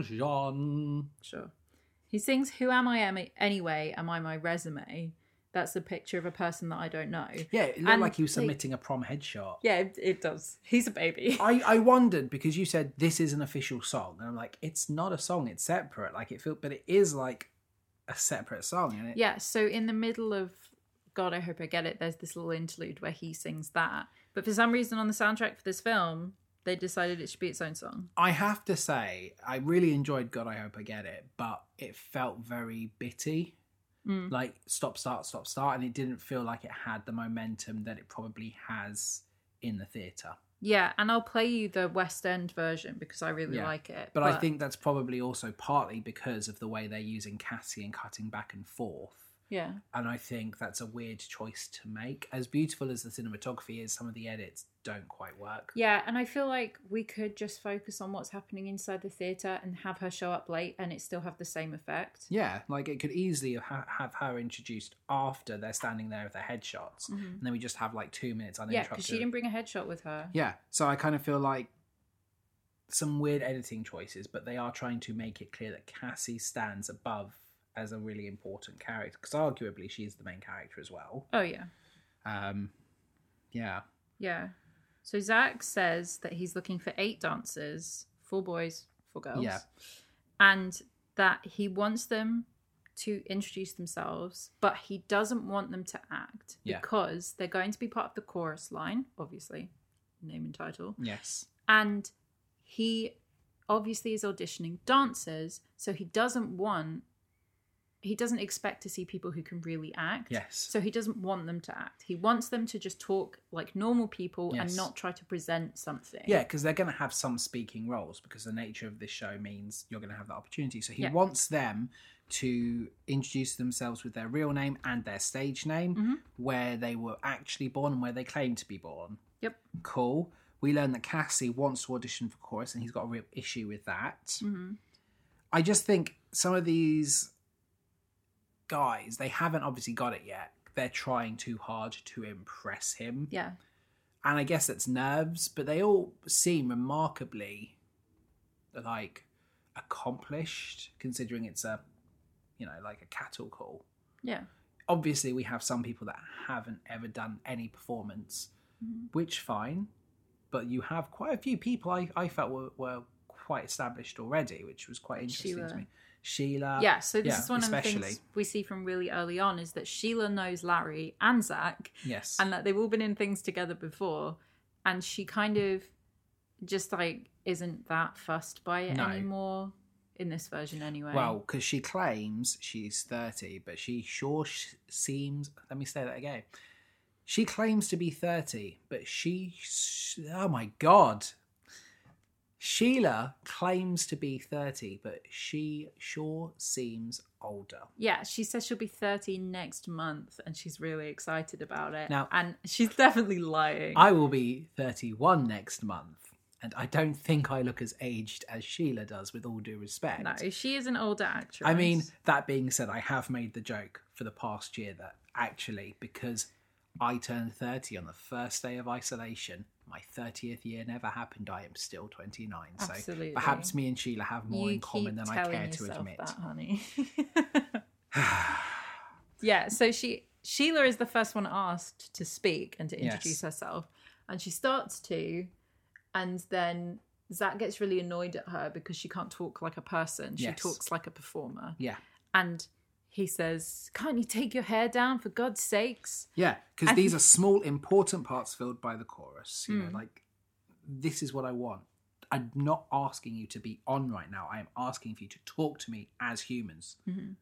Valjean.
Sure. He sings Who Am I Am- Anyway? Am I My Resume? That's a picture of a person that I don't know.
Yeah, it looked
And
like he was
they-
submitting a prom headshot.
Yeah, it, it does. He's a baby.
*laughs* I, I wondered because you said this is an official song, and I'm like, it's not a song; it's separate. Like it feels, but it is like a separate song, and it
Yeah, so in the middle of God, I Hope I Get It, there's this little interlude where he sings that. But for some reason on the soundtrack for this film, they decided it should be its own song.
I have to say, I really enjoyed God, I Hope I Get It, but it felt very bitty.
Mm.
Like stop, start, stop, start. And it didn't feel like it had the momentum that it probably has in the theatre.
Yeah, and I'll play you the West End version because I really
Yeah,
like it.
But I think that's probably also partly because of the way they're using Cassie and cutting back and forth.
yeah,
And I think that's a weird choice to make. As beautiful as the cinematography is, some of the edits don't quite work.
yeah, and I feel like we could just focus on what's happening inside the theater and have her show up late, and it still have the same effect.
Yeah, like it could easily ha- have her introduced after they're standing there with their headshots, and then we just have like two minutes
Yeah,
uninterrupted.
because she didn't bring a headshot with her.
Yeah, so I kind of feel like some weird editing choices, but they are trying to make it clear that Cassie stands above as a really important character because arguably she's the main character as well.
Oh yeah,
Um, yeah,
yeah. So Zach says that he's looking for eight dancers, four boys, four girls.
Yeah.
and that he wants them to introduce themselves, but he doesn't want them to act
Yeah.
because they're going to be part of the chorus line, obviously, name and title.
yes,
And he obviously is auditioning dancers, so he doesn't want he doesn't expect to see people who can really act.
yes,
So he doesn't want them to act. He wants them to just talk like normal people and
Yes.
not try to present something.
yeah, because they're going to have some speaking roles because the nature of this show means you're going to have that opportunity. So he
Yeah.
wants them to introduce themselves with their real name and their stage name,
Mhm.
where they were actually born and where they claim to be born.
Yep.
Cool. We learn that Cassie wants to audition for chorus and he's got a real issue with that.
hmm
I just think some of these guys, they haven't obviously got it yet. They're trying too hard to impress him.
Yeah.
And I guess that's nerves, but they all seem remarkably like accomplished, considering it's a, you know, like a cattle call.
Yeah.
Obviously, we have some people that haven't ever done any performance,
Mm-hmm.
which fine, but you have quite a few people I, I felt were, were quite established already, which was quite interesting to
Sheila.
me. Sheila,
yeah, so this
Uh, yeah,
is one of the
especially.
things we see from really early on is that Sheila knows Larry and Zach
yes,
and that they've all been in things together before and she kind of just like isn't that fussed by it
No.
anymore in this version anyway.
Well, because she claims she's 30, but she sure sh- seems. Let me say that again. She claims to be 30, but she. s- Oh my God. Sheila claims to be 30, but she sure seems older.
Yeah, she says she'll be 30 next month and she's really excited about it.
Now-
and she's definitely lying.
I will be 31 next month, and I don't think I look as aged as Sheila does, with all due respect.
no, she is an older actress.
I mean, that being said, I have made the joke for the past year that actually, because I turned 30 on the first day of isolation, my 30th year never happened. I am still 29.
Absolutely.
So perhaps me and Sheila have more
you
in common
keep
than I
telling
care to
yourself
admit.
That, honey. *laughs*
*sighs*
yeah, so she Sheila is the first one asked to speak and to
Yes.
introduce herself, and she starts to, and then Zach gets really annoyed at her because she can't talk like a person. She
Yes.
talks like a performer,
Yeah.
and he says, "Can't you take your hair down for God's sakes?"
Yeah. Because
And-
these are small, important parts filled by the chorus. You
Hmm.
know, like, this is what I want. I'm not asking you to be on right now. I am asking for you to talk to me as humans.
Mm-hmm.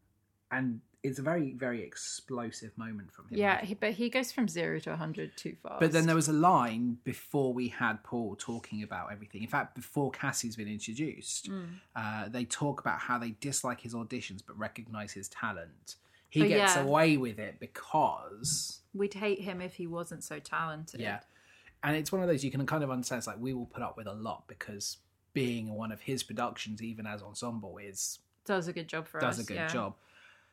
And it's a very, very explosive moment from him. I
Yeah, he, but he goes from zero to hundred too fast.
But then there was a line before we had Paul talking about everything. In fact, before Cassie's been introduced,
Hmm.
uh, they talk about how they dislike his auditions but recognize his talent. He
Oh,
gets
yeah.
away with it because
we'd hate him if he wasn't so talented.
yeah, and it's one of those you can kind of understand. It's like we will put up with a lot because being one of his productions, even as ensemble, is
does a good job for us.
does a good
yeah.
job.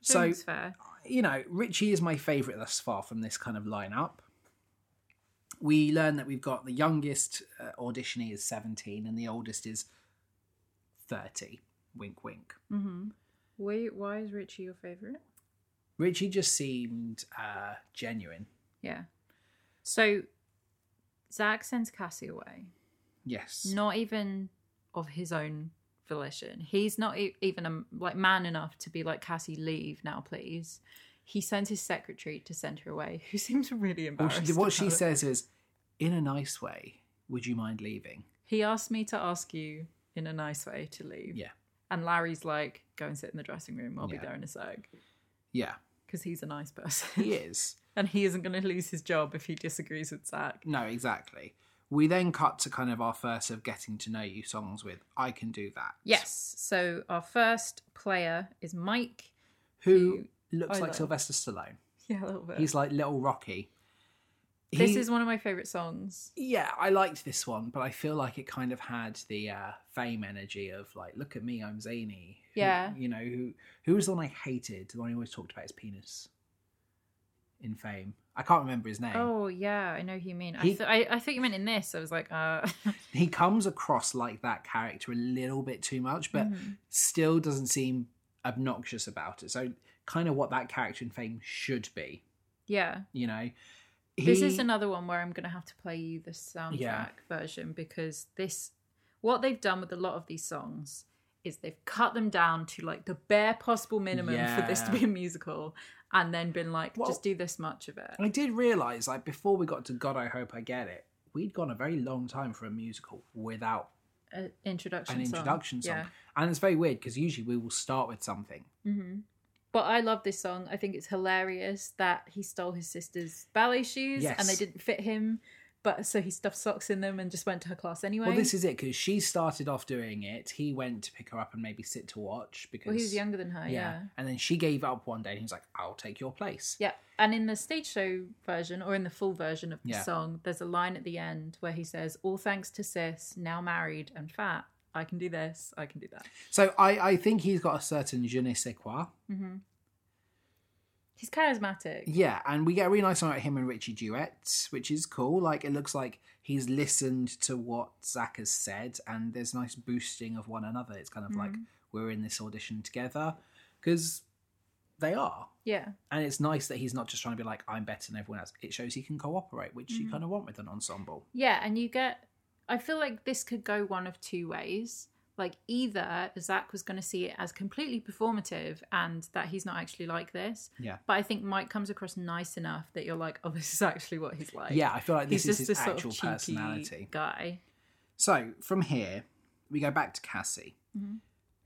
So
Seems fair.
you know, Richie is my favourite thus far from this kind of lineup. We learn that we've got the youngest uh, auditionee is 17 and the oldest is 30. Wink, wink.
Mm-hmm. Wait, why is Richie your favorite?
Richie just seemed uh, genuine.
Yeah. So Zach sends Cassie away,
Yes.
not even of his own volition. He's not e- even a, like man enough to be like Cassie, leave now, please. He sends his secretary to send her away, *laughs* who seems really
Well,
embarrassed.
she, what she
about it.
says is, in a nice way, would you mind leaving?
He asked me to ask you in a nice way to leave.
Yeah.
And Larry's like, go and sit in the dressing room. I'll
Yeah.
be there in a sec.
Yeah,
Because he's a nice person. *laughs*
he is.
and he isn't going to lose his job if he disagrees with Zach.
No, exactly. We then cut to kind of our first of getting to know you songs with I Can Do That.
Yes. So our first player is Mike.
Who looks
I
like
love.
Sylvester Stallone.
*laughs* Yeah, a little bit.
He's like little Rocky.
this
He-
is one of my favorite songs.
yeah, I liked this one, but I feel like it kind of had the uh, fame energy of like, look at me, I'm zany. Who-
Yeah.
you know who who was the one I hated? The one I always talked about his penis in fame. I can't remember his name.
Oh yeah, I know who you mean. I,
He-
th- I I thought you meant in this. I was like, uh, *laughs*
He comes across like that character a little bit too much, but still doesn't seem obnoxious about it. So kind of what that character in fame should be,
yeah.
you know.
This
He-
is another one where I'm gonna have to play you the soundtrack
Yeah.
version because this, what they've done with a lot of these songs is they've cut them down to like the bare possible minimum for this to
Yeah.
be a musical, and then been like,
Well-
just do this much of it.
I did realise, like, before we got to God, I Hope I Get It, we'd gone a very long time for a musical without
An Uh, introduction.
an
song.
introduction song.
Yeah.
And it's very weird because usually we will start with something. Mm-hmm.
hmm But I love this song. I think it's hilarious that he stole his sister's ballet shoes
Yes.
and they didn't fit him. But so he stuffed socks in them and just went to her class anyway.
Well, this is it because she started off doing it. He went to pick her up and maybe sit to watch because.
well, he was younger than her,
Yeah.
yeah. yeah.
And then she gave up one day and he was like, I'll take your place.
And in the stage show version or in the full version of the
Yeah.
song, there's a line at the end where he says, All thanks to sis, now married and fat. I can do this, I can do that.
So I, I think he's got a certain je ne sais quoi.
hmm He's charismatic.
Mm-hmm. Yeah, and we get a really nice one about him and Richie duets, which is cool. Like it looks like he's listened to what Zach has said, and there's nice boosting of one another. It's kind of like
Mhm.
we're in this audition together because they are,
Yeah.
and it's nice that he's not just trying to be like I'm better than everyone else. It shows he can cooperate, which you
Mhm.
kind of want with an ensemble.
Yeah, and you get. I feel like this could go one of two ways. Like either Zach was going to see it as completely performative and that he's not actually like this.
Yeah.
But I think Mike comes across nice enough that you're like, oh, *laughs* this is actually what he's like.
yeah, I feel like
he's just
this is his
this sort
actual
of cheeky
personality.
guy.
So from here, we go back to Cassie.
Mhm.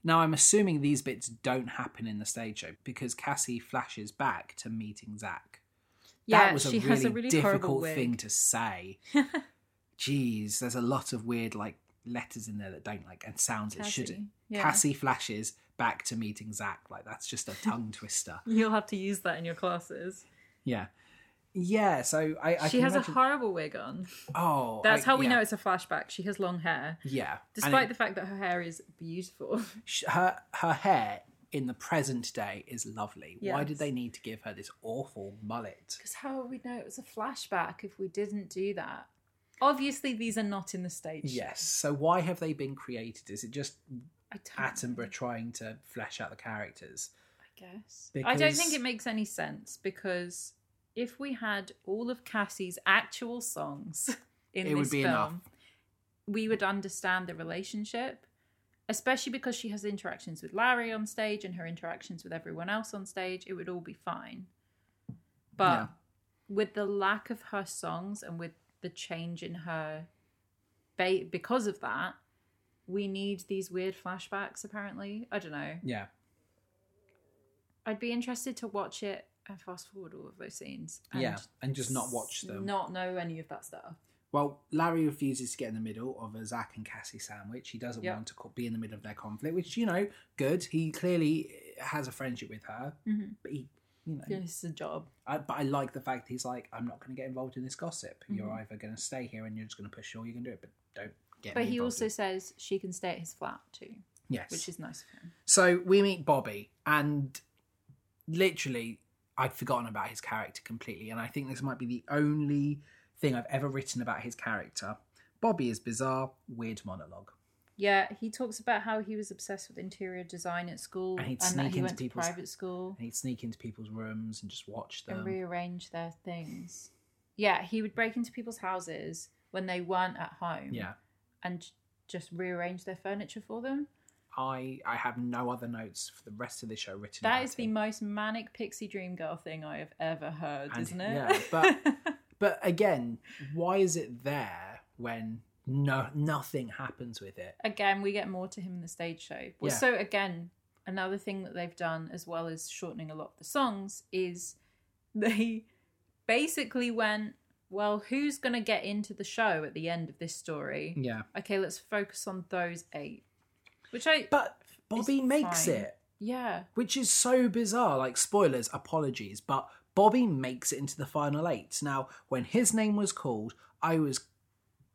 Now, I'm assuming these bits don't happen in the stage show because Cassie flashes back to meeting Zach.
Yeah,
that was a
she
really,
has a really horrible
difficult
wig.
thing
*laughs*
to say. Jeez, there's a lot of weird like letters in there that don't like and sounds that shouldn't.
Cassie. Yeah.
Cassie flashes back to meeting Zach. Like that's just a
*laughs*
tongue twister.
You'll have to use that in your classes.
Yeah, yeah. So I, I
she
can
has
imagine...
a horrible wig on.
Oh,
That's
I-
how we
yeah,
know it's a flashback. She has long hair,
Yeah,
despite
and
the fact that her hair is beautiful.
it, sh- her her hair in the present day is lovely. Why did
Yes.
they need to give her this awful mullet?
Because how would we know it was a flashback if we didn't do that? Obviously, these are not in the stage. show.
Yes. So why have they been created? Is it just
I don't know,
Attenborough trying to flesh out the characters?
I guess. I don't
Because-
think it makes any sense because if we had all of Cassie's actual songs *laughs* in
It would
this
be
film,
enough.
we would understand the relationship, especially because she has interactions with Larry on stage and her interactions with everyone else on stage. It would all be fine. But
Yeah.
with the lack of her songs and with the change in her ba- because of that, we need these weird flashbacks apparently. I don't know.
Yeah.
I'd be interested to watch it and fast forward all of those scenes. And
yeah, and just not watch them.
Not know any of that stuff.
Well, Larry refuses to get in the middle of a Zach and Cassie sandwich. He doesn't
Yep.
want to co- be in the middle of their conflict, which you know, good. He clearly has a friendship with her,
Mhm.
but he, you know,
Yeah, this is a job.
I, but I like the fact that he's like, I'm not going to get involved in this gossip. You're
Mhm.
either going to stay here and you're just going to push or you're going to do it, but don't get.
But
me
he
involved
also
in-"
says she can stay at his flat too,
yes,
which is nice of him.
So we meet Bobby, and literally, I'd forgotten about his character completely. And I think this might be the only thing I've ever written about his character. Bobby is bizarre, weird monologue.
Yeah, he talks about how he was obsessed with interior design at school
And
and,
he'd
that
sneak
he
into
went to
people's-
private school
And he'd sneak into people's rooms and just watch them.
and rearrange their things. Yeah, he would break into people's houses when they weren't at home
yeah.
and j- just rearrange their furniture for them.
I I have no other notes for the rest of the show written.
That
about
is the
him.
most manic pixie dream girl thing I have ever heard,
And-
isn't it?
yeah, but- But again, why is it there when no nothing happens with it?
*laughs* again, we get more to him in the stage show. Well,
Yeah.
So again, another thing that they've done, as well as shortening a lot of the songs, is they basically went, well, who's going to get into the show at the end of this story?
Yeah.
Okay, let's focus on those eight. Which I,
But Bobby
It's
makes
fine.
it.
yeah,
which is so bizarre. Like, spoilers, apologies, but Bobby makes it into the final eight. Now, when his name was called, I was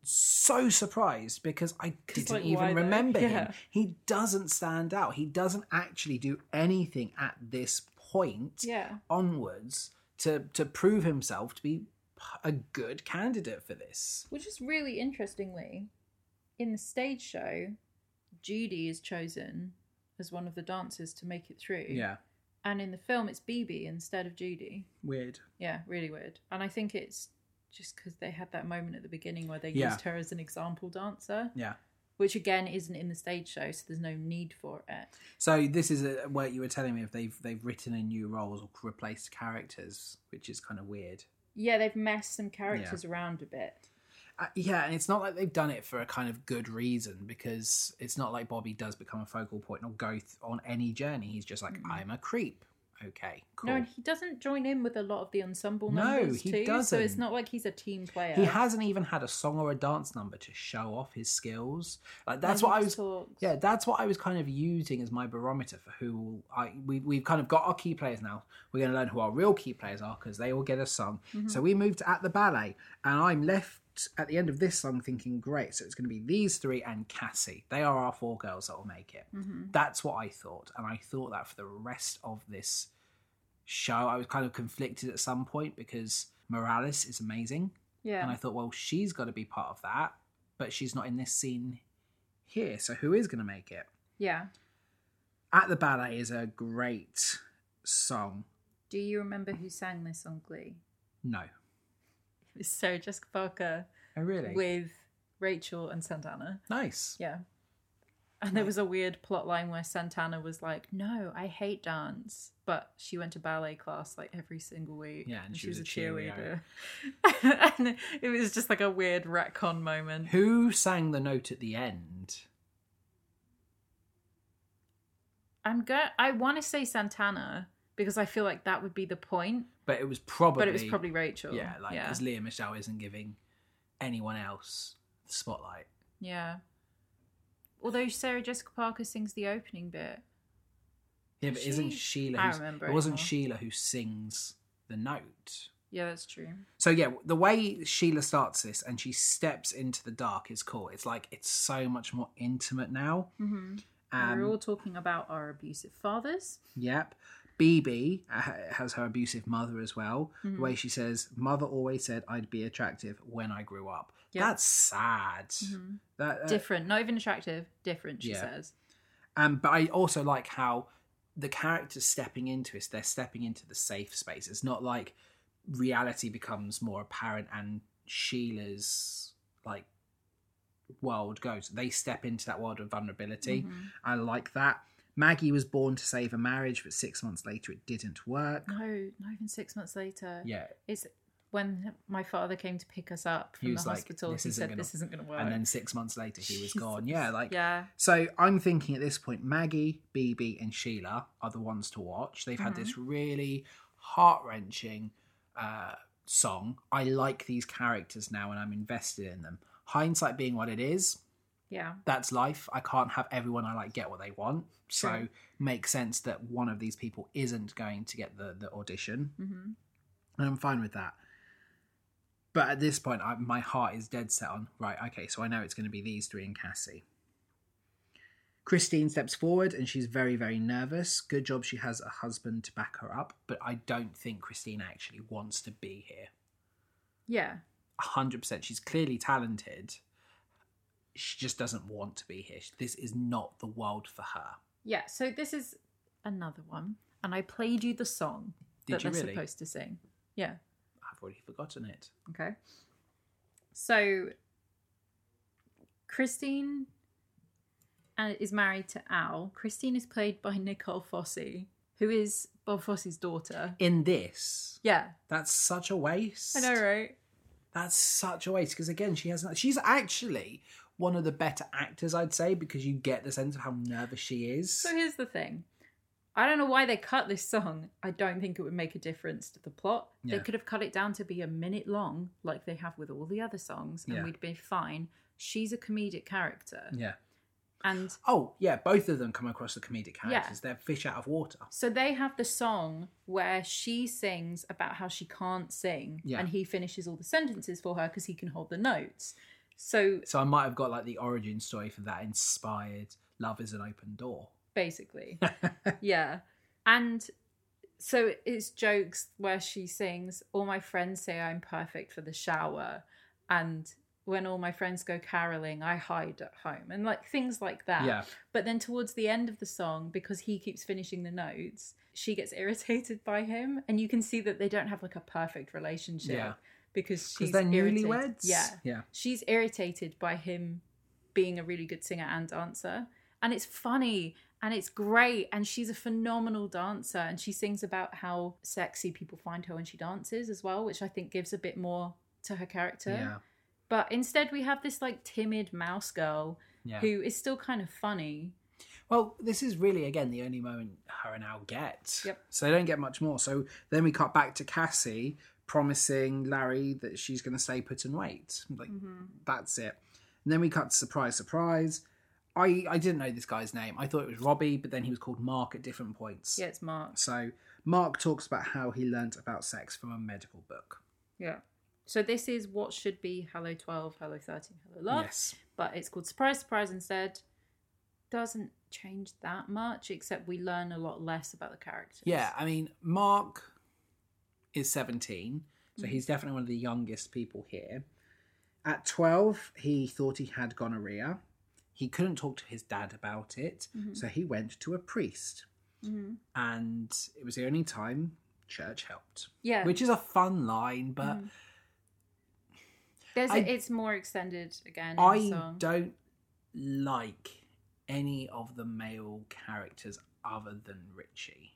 so surprised because I didn't
like, why
even
though?
remember him.
Yeah.
He doesn't stand out, he doesn't actually do anything at this point
yeah.
onwards to, to prove himself to be a good candidate for this.
Which is really interestingly, in the stage show, Judy is chosen as one of the dancers to make it through. And in the film, it's BB instead of Judy.
weird.
Yeah, really weird. And I think it's just because they had that moment at the beginning where they
Yeah.
used her as an example dancer,
Yeah.
which again isn't in the stage show, so there's no need for it.
So this is a, what you were telling me if they've they've written in new roles or replaced characters, which is kind of weird.
Yeah, they've messed some characters around a bit.
Uh, yeah, and it's not like they've done it for a kind of good reason because it's not like Bobby does become a focal point or go th- on any journey. He's just like,
Mm.
I'm a creep. Okay, cool.
No, and he doesn't join in with a lot of the ensemble
No,
numbers
he
too. So it's
doesn't.
not like he's a team player.
He hasn't even had a song or a dance number to show off his skills. Like that's what I was. Yeah, that's what I was kind of using as my barometer for who I we we've kind of got our key players now. We're going to learn who our real key players are because they all get a song.
Mm-hmm.
So we moved at the ballet, and I'm left at the end of this song thinking, great. So it's going to be these three and Cassie. They are our four girls that will make it.
hmm
That's what I thought, and I thought that for the rest of this show. I was kind of conflicted at some point because Morales is amazing. And
Yeah.
I thought, well, she's got to be part of that, but she's not in this scene here. So who is going to make it?
yeah.
At the Ballet is a great song.
Do you remember who sang this on Glee?
No.
It was Sarah Jessica Parker
Oh, really?
with Rachel and Santana.
Nice.
Yeah. And there was a weird plot line where Santana was like, No, I hate dance. But she went to ballet class like every single week.
Yeah, and she was a cheerleader.
cheerleader. *laughs* and it was just like a weird retcon moment.
Who sang the note at the end?
I'm go I wanna say Santana because I feel like that would be the point.
But it was probably.
But it was probably Rachel.
Yeah, like
yeah.
because Leah Michelle isn't giving anyone else the spotlight.
yeah. Although Sarah Jessica Parker sings the opening bit.
Yeah, but
She-
isn't Sheila?
I
who's-
remember
It
it
wasn't
now.
Sheila who sings the note.
Yeah, that's true.
So yeah, the way Sheila starts this and she steps into the dark is cool. It's like it's so much more intimate now.
Mm-hmm.
Um,
We're all talking about our abusive fathers.
Yep. BB uh, has her abusive mother as well.
Mhm.
The way she says, "Mother always said I'd be attractive when I grew up."
Yep.
That's sad.
Mhm.
That, that-
Different, not even attractive. Different, she
uh, yeah.
says.
Um, but I also like how the characters stepping into it, they're stepping into the safe space. It's not like reality becomes more apparent and Sheila's like world goes. They step into that world of vulnerability.
Mhm.
I like that. Maggie was born to save a marriage, but six months later it didn't work.
No, not even six months later.
Yeah.
It's when my father came to pick us up
He
from the
was like,
hospital.
"This
he
isn't
said,
gonna-
"This isn't going to work."
And then six months later *laughs* he was
Jesus.
gone. Yeah, like
yeah,
So I'm thinking at this point, Maggie, BB, and Sheila are the ones to watch. They've had
Mhm.
this really heart wrenching uh, song. I like these characters now, and I'm invested in them. Hindsight being what it is,
yeah,
that's life. I can't have everyone I like get what they want. So
True.
makes sense that one of these people isn't going to get the the audition,
hmm
and I'm fine with that. But at this point, I, my heart is dead set on right. Okay, so I know it's going to be these three and Cassie. Christine steps forward and she's very, very nervous. Good job she has a husband to back her up, but I don't think Christine actually wants to be here.
yeah,
100%. She's clearly talented. She just doesn't want to be here. This is not the world for her.
yeah. So this is another one, and I played you the song
Did
that
you
they're
really?
supposed to sing. Yeah.
I've already forgotten it.
Okay. So Christine uh, is married to Al. Christine is played by Nicole Fossey, who is Bob Fossey's daughter.
In this,
Yeah,
that's such a waste.
I know, right?
That's such a waste because again, she hasn't. She's actually one of the better actors, I'd say, because you get the sense of how nervous she is.
So here's the thing. I don't know why they cut this song. I don't think it would make a difference to the plot.
Yeah.
They could have cut it down to be a minute long, like they have with all the other songs, and
Yeah.
we'd be fine. She's a comedic character.
yeah.
And
Oh, yeah. Both of them come across the comedic characters. They're fish out of water.
So they have the song where she sings about how she can't sing,
Yeah.
and he finishes all the sentences for her because he can hold the notes. So
So I might have got like the origin story for that inspired "Love Is an Open Door." *laughs*
basically, yeah. And so it's jokes where she sings, All my friends say I'm perfect for the shower. And when all my friends go caroling, I hide at home, and like things like that.
yeah.
But then towards the end of the song, because he keeps finishing the notes, she gets irritated by him, and you can see that they don't have like a perfect relationship.
Yeah.
Because
Because
she's
they're
irritated.
newlyweds.
Yeah,
Yeah.
she's irritated by him being a really good singer and dancer, and it's funny and it's great, and she's a phenomenal dancer, and she sings about how sexy people find her when she dances as well, which I think gives a bit more to her character.
Yeah.
But instead, we have this like timid mouse girl
Yeah.
who is still kind of funny,
Well, this is really again the only moment her and Al get.
Yep.
So they don't get much more. So then we cut back to Cassie promising Larry that she's going to stay put and wait. Like
Mm-hmm.
that's it. And then we cut to surprise, surprise. I I didn't know this guy's name. I thought it was Robbie, but then he was called Mark at different points.
Yeah, it's Mark.
So Mark talks about how he learnt about sex from a medical book.
Yeah. So this is what should be Hello 12, Hello 13, Hello Love,
Yes.
but it's called Surprise Surprise instead. Doesn't change that much, except we learn a lot less about the characters.
Yeah, I mean, Mark is 17, so
Mhm.
he's definitely one of the youngest people here. At 12, he thought he had gonorrhea. He couldn't talk to his dad about it,
Mhm.
so he went to a priest.
Mhm.
And it was the only time church helped,
yeah.
which is a fun line, but
Mhm. There's
I-
a, it's more extended again. In the
I
song.
don't like any of the male characters other than Richie.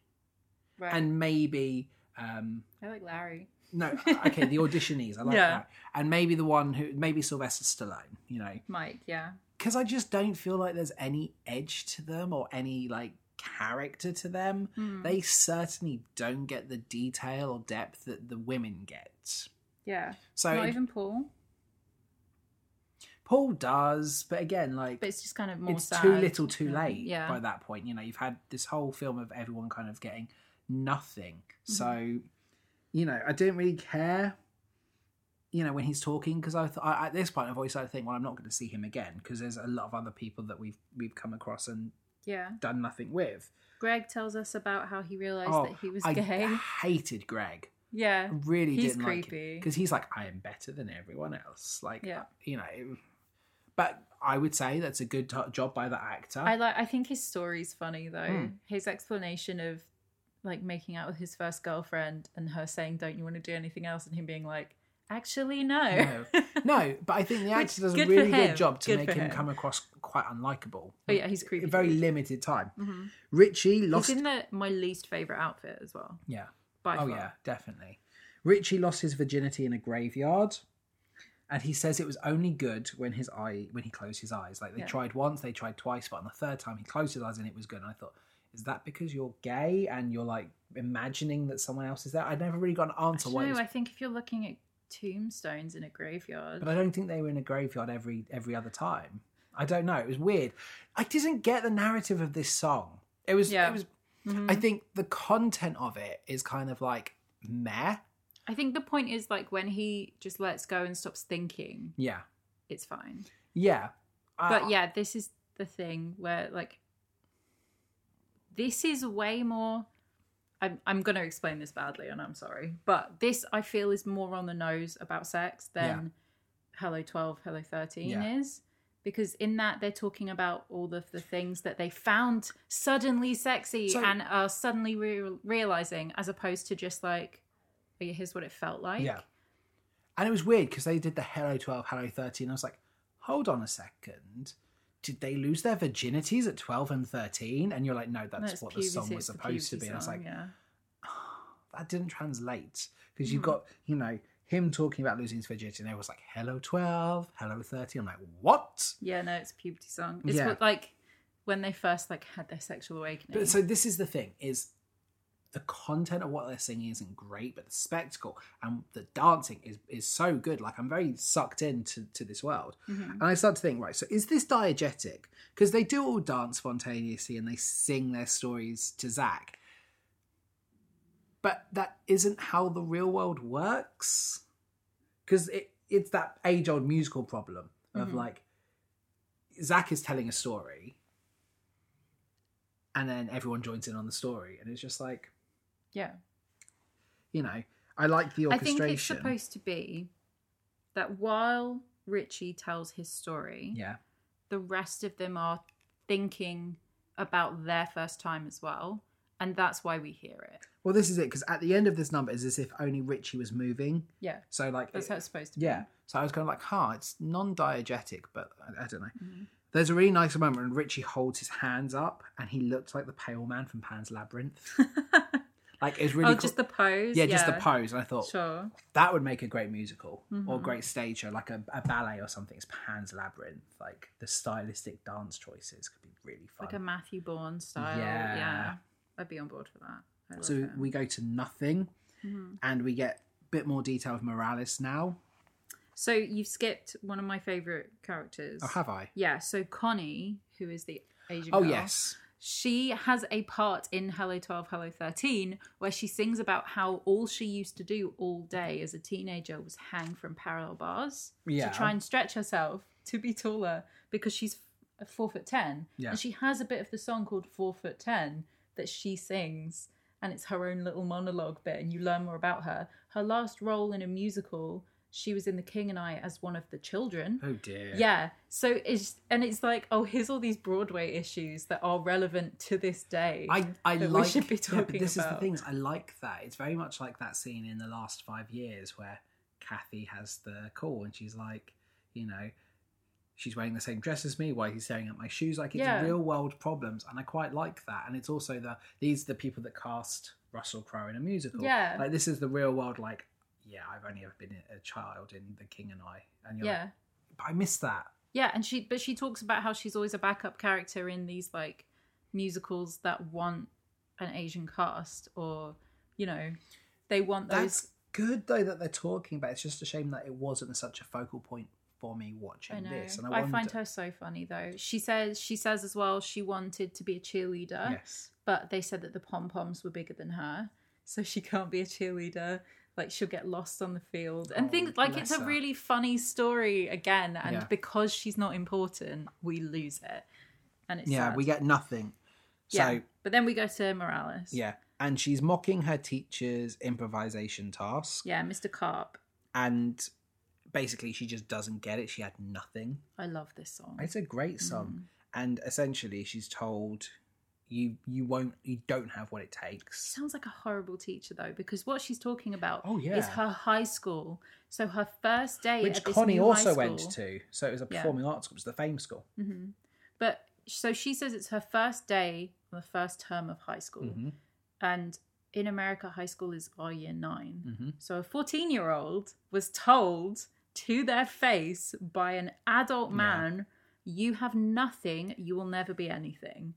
right.
And maybe. Um,
I like Larry. *laughs*
No, okay, the auditionees. I like
Yeah.
that. And maybe the one who, maybe Sylvester Stallone, you know,
Mike, yeah.
because I just don't feel like there's any edge to them or any like character to them.
Mm.
They certainly don't get the detail or depth that the women get.
yeah.
So
Not
it-
even Paul,
Paul does, but again, like
but it's just kind of more
it's
sad.
too little too
Yeah.
late
Yeah.
by that point you know you've had this whole film of everyone kind of getting nothing
Mm-hmm.
so you know i didn't really care you know when he's talking because I, th- I at this point i've always started to think well i'm not going to see him again because there's a lot of other people that we've we've come across and
Yeah.
done nothing with
Greg tells us about how he realized
Oh,
that he was
i
gay.
*laughs* hated greg
Yeah.
I really
He's
didn't like
creepy.
because he's like i am better than everyone else like
Yeah.
you know but i would say that's a good to- job by the actor
I like I think his story's funny though.
Mm.
His explanation of like making out with his first girlfriend and her saying, Don't you want to do anything else? and him being like, Actually no. *laughs*
No, but I think the
Which-
actor does a
good
really
for
good
him.
job to
Good
make
for
him
him.
come across quite unlikable.
Oh, yeah, he's creepy.
In very limited time.
Mhm.
Richie
He's
lost.
in the my least favourite outfit as well.
Yeah.
By
Oh
far.
yeah, definitely. Richie lost his virginity in a graveyard, and he says it was only good when his eye when he closed his eyes. Like they
Yeah.
tried once, they tried twice, but on the third time he closed his eyes and it was good. And I thought, is that because you're gay and you're like imagining that someone else is there? I never really got an
I
answer
don't
why. it
know,
was-
I think if you're looking at tombstones in a graveyard.
but I don't think they were in a graveyard every every other time. I don't know. It was weird. I didn't get the narrative of this song. It was.
Yeah.
It was.
Mhm.
I think the content of it is kind of like meh.
I think the point is like when he just lets go and stops thinking,
Yeah.
it's fine.
Yeah.
But
Uh,
yeah, this is the thing where like this is way more I'm I'm gonna explain this badly and I'm sorry. But this I feel is more on the nose about sex than Hello twelve, Hello thirteen
Yeah.
is. Because in that they're talking about all of the things that they found suddenly sexy
So-
and are suddenly re- realizing, as opposed to just like, oh, yeah, here's what it felt like.
Yeah. And it was weird because they did the Hello 12, Hello 13. I was like, hold on a second. Did they lose their virginities at 12 and 13? And you're like, no, that's, what the
puberty,
song was
it's the
supposed to
puberty
be. And I was
song,
like,
yeah.
that didn't translate because you've
Mhm.
got you know him talking about losing his virginity and everyone's like hello 12 hello 30 i'm like what
Yeah, no, it's a puberty song. It's
Yeah.
what, like when they first like had their sexual awakening.
but so this is the thing is the content of what they're singing isn't great but the spectacle and the dancing is is so good like i'm very sucked into to this world
Mhm.
and i start to think right so is this diegetic because they do all dance spontaneously and they sing their stories to zach but that isn't how the real world works because it, it's that age old musical problem of
Mhm.
like Zach is telling a story and then everyone joins in on the story and it's just like
yeah,
you know I like the
I think it's
orchestration
supposed to be that while Richie tells his story,
yeah
the rest of them are thinking about their first time as well, and that's why we hear it.
well this is it because at the end of this number is as if only Richie was moving
Yeah,
so like
that's
it-
how it's supposed to be. *laughs*
yeah so I was kind of like huh it's non-diegetic but I, I don't know
Mhm.
there's a really nice moment when Richie holds his hands up and he looks like the pale man from Pan's Labyrinth like it's really
oh,
cool-
just the pose.
yeah, just the pose and I thought
Sure.
that would make a great musical or a
Mhm.
great stage show, like a, a ballet or something. It's Pan's Labyrinth. Like the stylistic dance choices could be really fun.
Like a Matthew Bourne style.
Yeah.
Yeah. I'd be on board for that. I love
so
it.
we go to nothing
Mhm.
and we get a bit more detail of Morales now.
So you've skipped one of my favorite characters.
Oh, have I?
Yeah. So Connie, who is the Asian
Oh,
girl,
yes.
she has a part in Hello 12, Hello 13 where she sings about how all she used to do all day as a teenager was hang from parallel bars
Yeah.
to try and stretch herself to be taller because she's four foot ten,
Yeah.
and she has a bit of the song called Four Foot Ten that she sings, and it's her own little monologue bit, and you learn more about her. Her last role in a musical, she was in The King and I as one of the children.
Oh dear.
Yeah. So it's and it's like, oh, here's all these Broadway issues that are relevant to this day.
I, I
that we
like
should be
yeah, but
talking
this is the
about.
thing. is I like that. It's very much like that scene in the last five years where Kathy has the call and she's like, you know, she's wearing the same dress as me. Why he's staring at my shoes? Like it's
Yeah.
real world problems, and I quite like that. And it's also the these are the people that cast Russell Crowe in a musical.
Yeah.
like this is the real world. Like, yeah, I've only ever been a child in The King and I, and you're
yeah.
like, but I miss that.
Yeah, and she but she talks about how she's always a backup character in these like musicals that want an Asian cast or you know they want those
That's good though that they're talking about. it. It's just a shame that it wasn't such a focal point for me watching
I know.
this. And I,
I,
wonder,
find her so funny though. She says she says as well she wanted to be a cheerleader,
yes,
but they said that the pom poms were bigger than her, so she can't be a cheerleader. Like she'll get lost on the field and
Oh,
things like it's
bless
a
her.
really funny story again. And
Yeah.
because she's not important, we lose it, and it's
yeah,
sad.
we get nothing. So
yeah. But then we go to Morales.
yeah, and she's mocking her teacher's improvisation task,
Yeah, Mr. Carp.
and basically she just doesn't get it. She had nothing.
I love this song.
It's a great
Mm.
song, and essentially she's told. You, you won't you don't have what it takes.
Sounds like a horrible teacher though, because what she's talking about
Oh, yeah.
is her high school. So her first day
Which
at this
Connie
new high
also went
school-
to, so it was a
Yeah.
performing arts school, it was the fame school.
Mhm. But so she says it's her first day on the first term of high school,
hmm
and in America, high school is our year 9
hmm
So a fourteen-year-old was told to their face by an adult
Yeah.
man, "You have nothing. You will never be anything."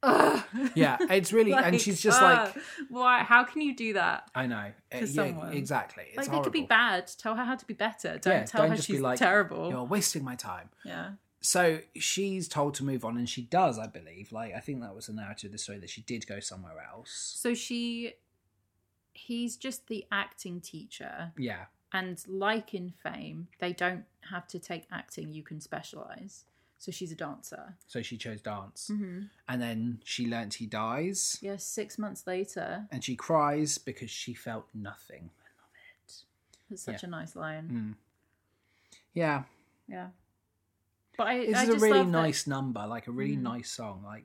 *laughs* Ugh.
Yeah, it's really, and she's just
"Ugh,
like,
uh, why? How can you do that?
I know.
to
Uh, yeah,
someone.
Exactly. It's
like they could be
horrible.
bad. Tell her how to be better. Don't
Yeah,
tell
don't
her
just be
she's
like,
terrible.
You're wasting my time.
Yeah,
So she's told to move on, and she does, I believe. Like, I think that was the narrative of the story that she did go somewhere else.
so she, he's just the acting teacher,
Yeah.
and like in Fame, they don't have to take acting. You can specialize. So she's a dancer.
So she chose dance.
Mm-hmm.
And then she learnt he dies,
Yeah, six months later,
and she cries because she felt nothing.
it's such a nice line.
Mm. Yeah.
Yeah, but I,
This
I
is a
just
really
love that-
nice number, like a really
Mm.
nice song. Like,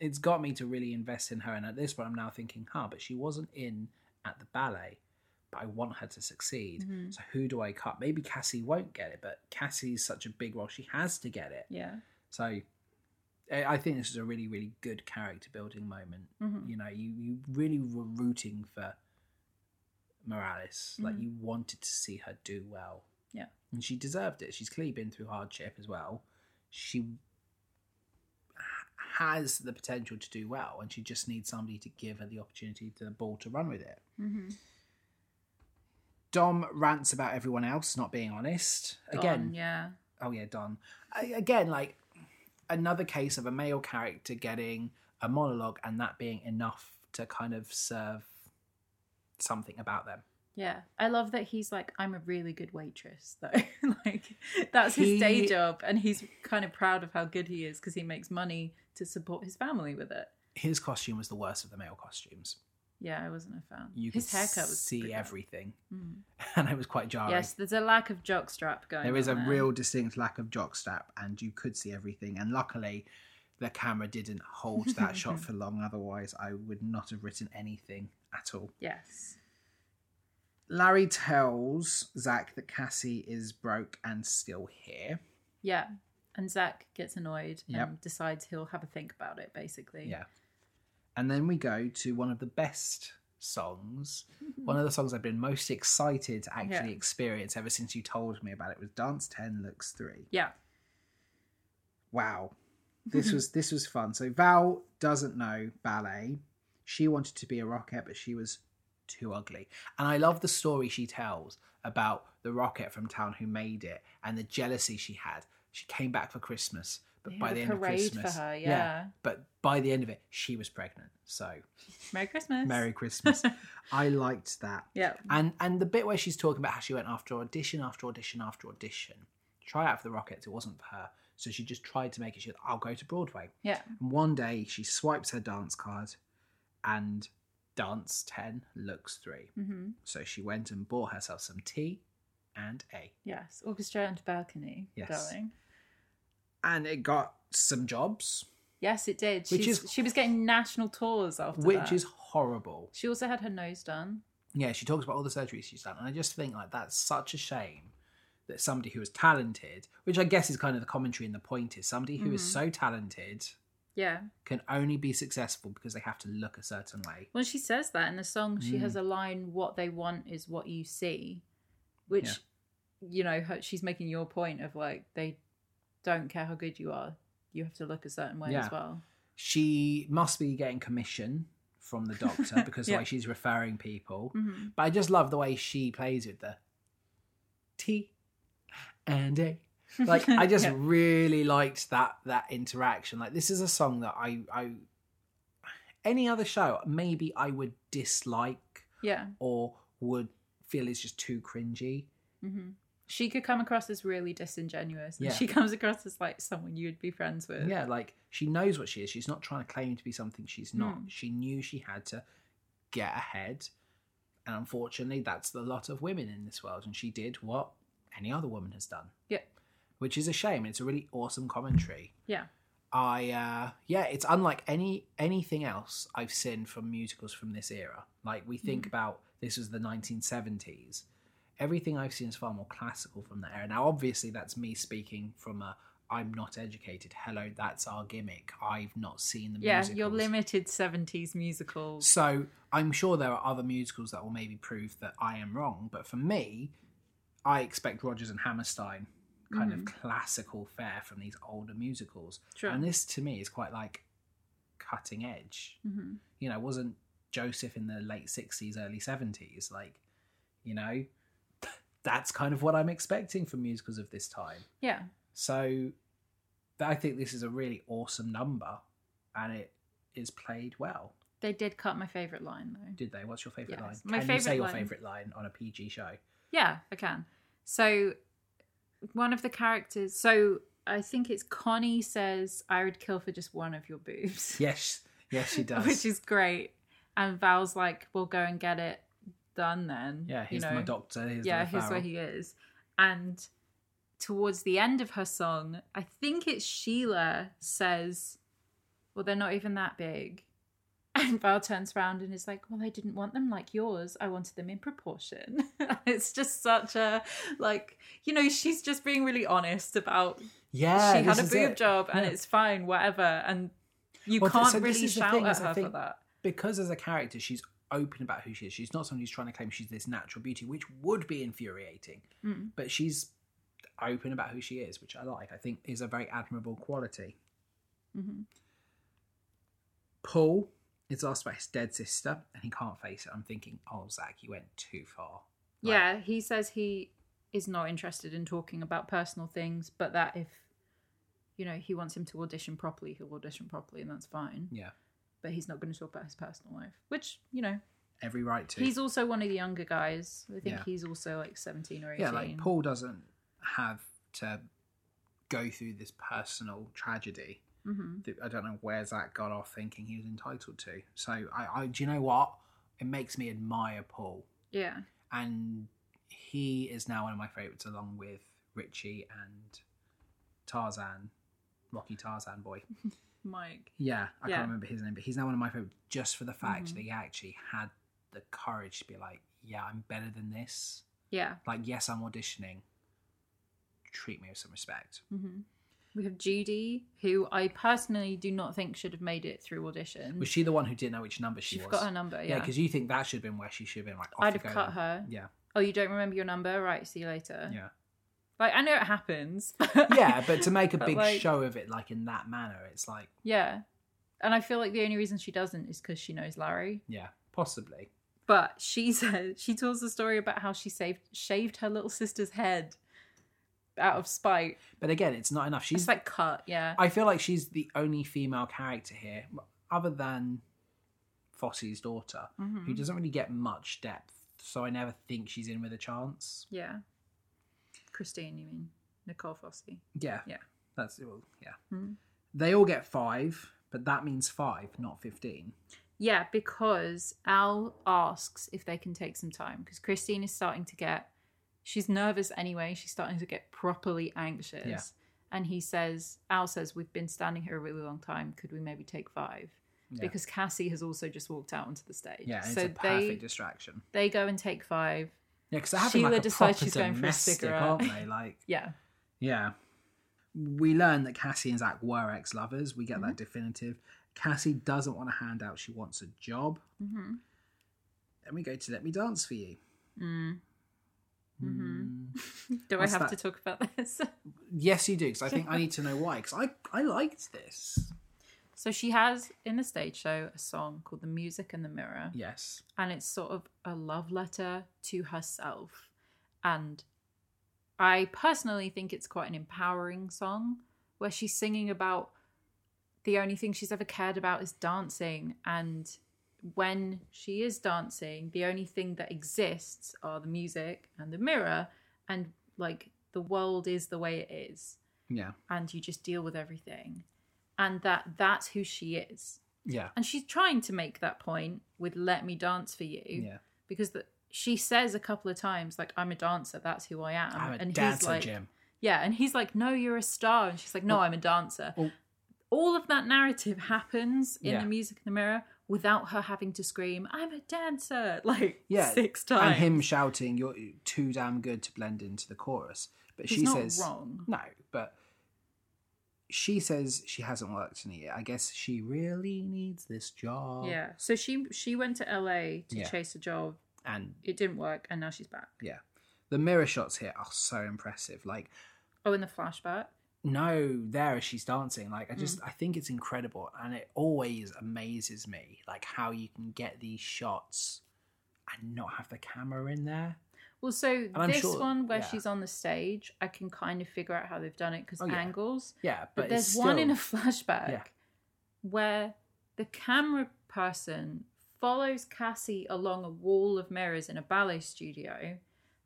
it's got me to really invest in her. And at this point, I'm now thinking, huh, but she wasn't in at the ballet, but I want her to succeed.
Mhm.
So who do I cut? Maybe Cassie won't get it, but Cassie's such a big role; she has to get it.
Yeah.
So I I think this is a really, really good character building moment.
Mhm.
You know, you you really were rooting for Morales. Like
Mhm.
you wanted to see her do well.
Yeah.
and she deserved it. She's clearly been through hardship as well. She h- has the potential to do well, and she just needs somebody to give her the opportunity to the ball to run with it.
Mm-hmm.
Dom rants about everyone else not being honest. Again,
yeah.
oh yeah, Don. I, again, like another case of a male character getting a monologue and that being enough to kind of serve something about them.
Yeah, I love that he's like, I'm a really good waitress, *laughs* though. like, that's his
He-
day job, and he's kind of proud of how good he is because he makes money to support his family with it.
His costume was the worst of the male costumes.
Yeah, I wasn't a fan.
You
his
could
haircut was
see
pretty bad.
everything, *laughs*
Mm.
and it was quite jarring.
Yes, there's a lack of jockstrap going.
there is a
on
real distinct lack of jockstrap, and you could see everything. And luckily, the camera didn't hold
*laughs*
that shot for long. Otherwise, I would not have written anything at all.
Yes.
Larry tells Zach that Cassie is broke and still here.
Yeah, and Zach gets annoyed
Yep.
and decides he'll have a think about it. Basically.
Yeah. And then we go to one of the best songs, one of the songs I've been most excited to actually
Yeah.
experience ever since you told me about it was Dance 10 Looks 3.
Yeah.
Wow.
*laughs*
This was this was fun. So Val doesn't know ballet. She wanted to be a rocket, but she was too ugly. And I love the story she tells about the rocket from town who made it and the jealousy she had. She came back for Christmas, but
They
by
had
the
a
end of
parade for
Christmas,
her, yeah.
But by the end of it, she was pregnant. So
Merry Christmas. *laughs*
Merry Christmas. I liked that.
Yeah.
And and the bit where she's talking about how she went after audition after audition after audition, try out for the Rockets. It wasn't for her. So she just tried to make it. She said, I'll go to Broadway.
Yeah.
And one day she swipes her dance card and dance 10 looks 3.
Mm-hmm.
So she went and bought herself some tea and a.
Yes. Orchestra and balcony.
Yes.
Darling.
And it got some jobs,
Yes, it did.
Which
She's-
is-
she was getting national tours after
which
that.
is horrible.
She also had her nose done.
Yeah, she talks about all the surgeries she's done. And I just think like that's such a shame that somebody who is talented, which I guess is kind of the commentary and the point is somebody who is
Mhm.
so talented
Yeah.
can only be successful because they have to look a certain way.
Well, she says that in the song. She
Mm.
has a line, "What they want is what you see," which,
Yeah.
you know, her, she's making your point of like they don't care how good you are. You have to look a certain way
Yeah.
as well.
She must be getting commission from the doctor because the
Yeah.
way she's referring people.
hmm
But I just love the way she plays with the T and A. Like I
*laughs*
just
Yeah.
really liked that that interaction. Like this is a song that I I any other show maybe I would dislike
yeah.
or would feel is just too cringy.
hmm She could come across as really disingenuous, and
Yeah.
she *laughs* comes across as like someone you'd be friends with.
Yeah, like she knows what she is. She's not trying to claim to be something
Hmm.
she's not. She knew she had to get ahead. And unfortunately, that's the lot of women in this world. And she did what any other woman has done.
Yeah.
Which is a shame. It's a really awesome commentary.
Yeah.
I uh yeah, it's unlike any anything else I've seen from musicals from this era. Like we think
Mm.
about this was the 1970s. Everything I've seen is far more classical from that era. Now obviously that's me speaking from a I'm not educated. Hello, that's our gimmick. I've not seen the
Yeah,
musicals.
your limited seventies musical.
So I'm sure there are other musicals that will maybe prove that I am wrong, but for me, I expect Rogers and Hammerstein kind
Mhm.
of classical fare from these older musicals.
Sure.
And this to me is quite like cutting edge.
hmm
You know, wasn't Joseph in the late sixties, early seventies? Like, you know, that's kind of what I'm expecting from musicals of this time.
Yeah.
So but I think this is a really awesome number and it is played well.
They did cut my favorite line though.
Did they? What's your favourite
Yes.
line?
My
Can you
favourite
say your
line-
favourite line on a PG show?
Yeah, I can. So, one of the characters. So, I think it's Connie says, "I would kill for just one of your boobs,"
Yes. Yes, she does.
*laughs* which is great. And Val's like, "We'll go and get it done then."
yeah, he's
you know?
my doctor. He's
yeah,
the
here's where
referral.
he is. And towards the end of her song, I think it's Sheila says, Well, they're not even that big. *laughs* And Val turns around and is like, Well, I didn't want them like yours. I wanted them in proportion. *laughs* it's just such a, like, you know, she's just being really honest about
Yeah,
she had
this
a
is
boob
it.
job and
Yeah.
it's fine, whatever. And you
Well, th-
can't
so this
really
is the
shout
thing,
at
is I
her for
think-
that.
Because as a character, she's open about who she is. She's not someone who's trying to claim she's this natural beauty, which would be infuriating.
Mm.
But she's open about who she is, which I like. I think is a very admirable quality.
hmm
Paul is asked by his dead sister, and he can't face it. I'm thinking, oh, Zach, you went too far. Like,
Yeah, he says he is not interested in talking about personal things, but that if you know he wants him to audition properly, he'll audition properly, and that's fine.
Yeah.
But he's not going to talk about his personal life, which you know
Every right to.
he's also one of the younger guys. I think
Yeah.
he's also like seventeen or eighteen.
yeah like paul doesn't have to go through this personal tragedy
hmm
that i don't know where zach got off thinking he was entitled to so i, I do you know what it makes me admire paul
Yeah,
and he is now one of my favorites along with richie and tarzan rocky tarzan boy
Mike.
yeah i
Yeah.
can't remember his name but he's now one of my favorites just for the fact
Mhm.
that he actually had the courage to be like yeah i'm better than this
Yeah.
like yes i'm auditioning treat me with some respect
hmm We have Judy, who I personally do not think should have made it through audition.
was she the one who didn't know which number she,
she
was
forgot her number.
yeah
Mm. Yeah.
because you think that should have been where she should have been like off
I'd
you
have
go
cut
then.
her.
yeah
Oh, you don't remember your number? Right. See you later.
yeah
Like I know it happens. *laughs*
yeah but to make a
But,
big
like-
show of it like in that manner it's like
Yeah. And I feel like the only reason she doesn't is because she knows Larry.
yeah possibly
But she *laughs* says she tells the story about how she saved shaved her little sister's head out of spite.
but again it's not enough she's
She's like cut, yeah.
i feel like she's the only female character here other than fosse's daughter
Mhm.
who doesn't really get much depth so i never think she's in with a chance
Yeah. Christine, you mean? Nicole Fossey.
Yeah.
Yeah.
That's well, yeah.
Hmm.
They all get five, but that means five, not fifteen.
Yeah, because Al asks if they can take some time because Christine is starting to get, she's nervous anyway. She's starting to get properly anxious.
Yeah.
And he says, Al says, we've been standing here a really long time. Could we maybe take five?
Yeah.
Because Cassie has also just walked out onto the stage.
Yeah, and
so
it's a perfect
they
distraction.
they go and take five.
Yeah, because they're having
Sheila
like a
decides
proper
she's going for a
domestic,
cigarette.
aren't they? Like,
Yeah,
yeah. We learn that Cassie and Zach were ex-lovers. We get
Mm-hmm.
that definitive. Cassie doesn't want a handout. She wants a job.
hmm
Then we go to "Let Me Dance for You."
Mm. Mhm.
Mm.
Do
What's
I have
that?
to talk about *laughs* this?
Yes, you do. Because I think I need to know why. Because I I liked this.
so she has in the stage show a song called "The Music and the Mirror,"
Yes.
and it's sort of a love letter to herself. And I personally think it's quite an empowering song where she's singing about the only thing she's ever cared about is dancing. And when she is dancing, the only thing that exists are the music and the mirror. And like the world is the way it is.
Yeah.
And you just deal with everything. And that that's who she is.
Yeah.
And she's trying to make that point with "Let me dance for you,"
Yeah.
because the, she says a couple of times, like, "I'm a dancer. That's who I am."
I'm a
Um, and
dancer,
he's like,
Jim.
"Yeah," and he's like, "No, you're a star," and she's like, "No,
Well-
I'm a dancer."
well-
All of that narrative happens in
Yeah.
the music in the mirror without her having to scream, "I'm a dancer!" *laughs* like
Yeah,
six times.
and him shouting, "You're too damn good to blend into the chorus." But
He's
she
not
says,
wrong.
"No," but she says she hasn't worked in a year. I guess she really needs this job.
Yeah. So she she went to LA to
"Oh." Yeah.
chase a job.
And
It didn't work, and now she's back.
yeah, the mirror shots here are so impressive. Like,
Oh, in the flashback.
no, there as she's dancing. Like,
Hmm.
I just, I think it's incredible, and it always amazes me, like how you can get these shots and not have the camera in there.
Well, so
I'm
this
sure-
one where
yeah.
she's on the stage, I can kind of figure out how they've done it because
Oh, yeah.
angles.
Yeah,
But,
but,
there's
it's
one in a
still-
flashback
Yeah.
where the camera person follows Cassie along a wall of mirrors in a ballet studio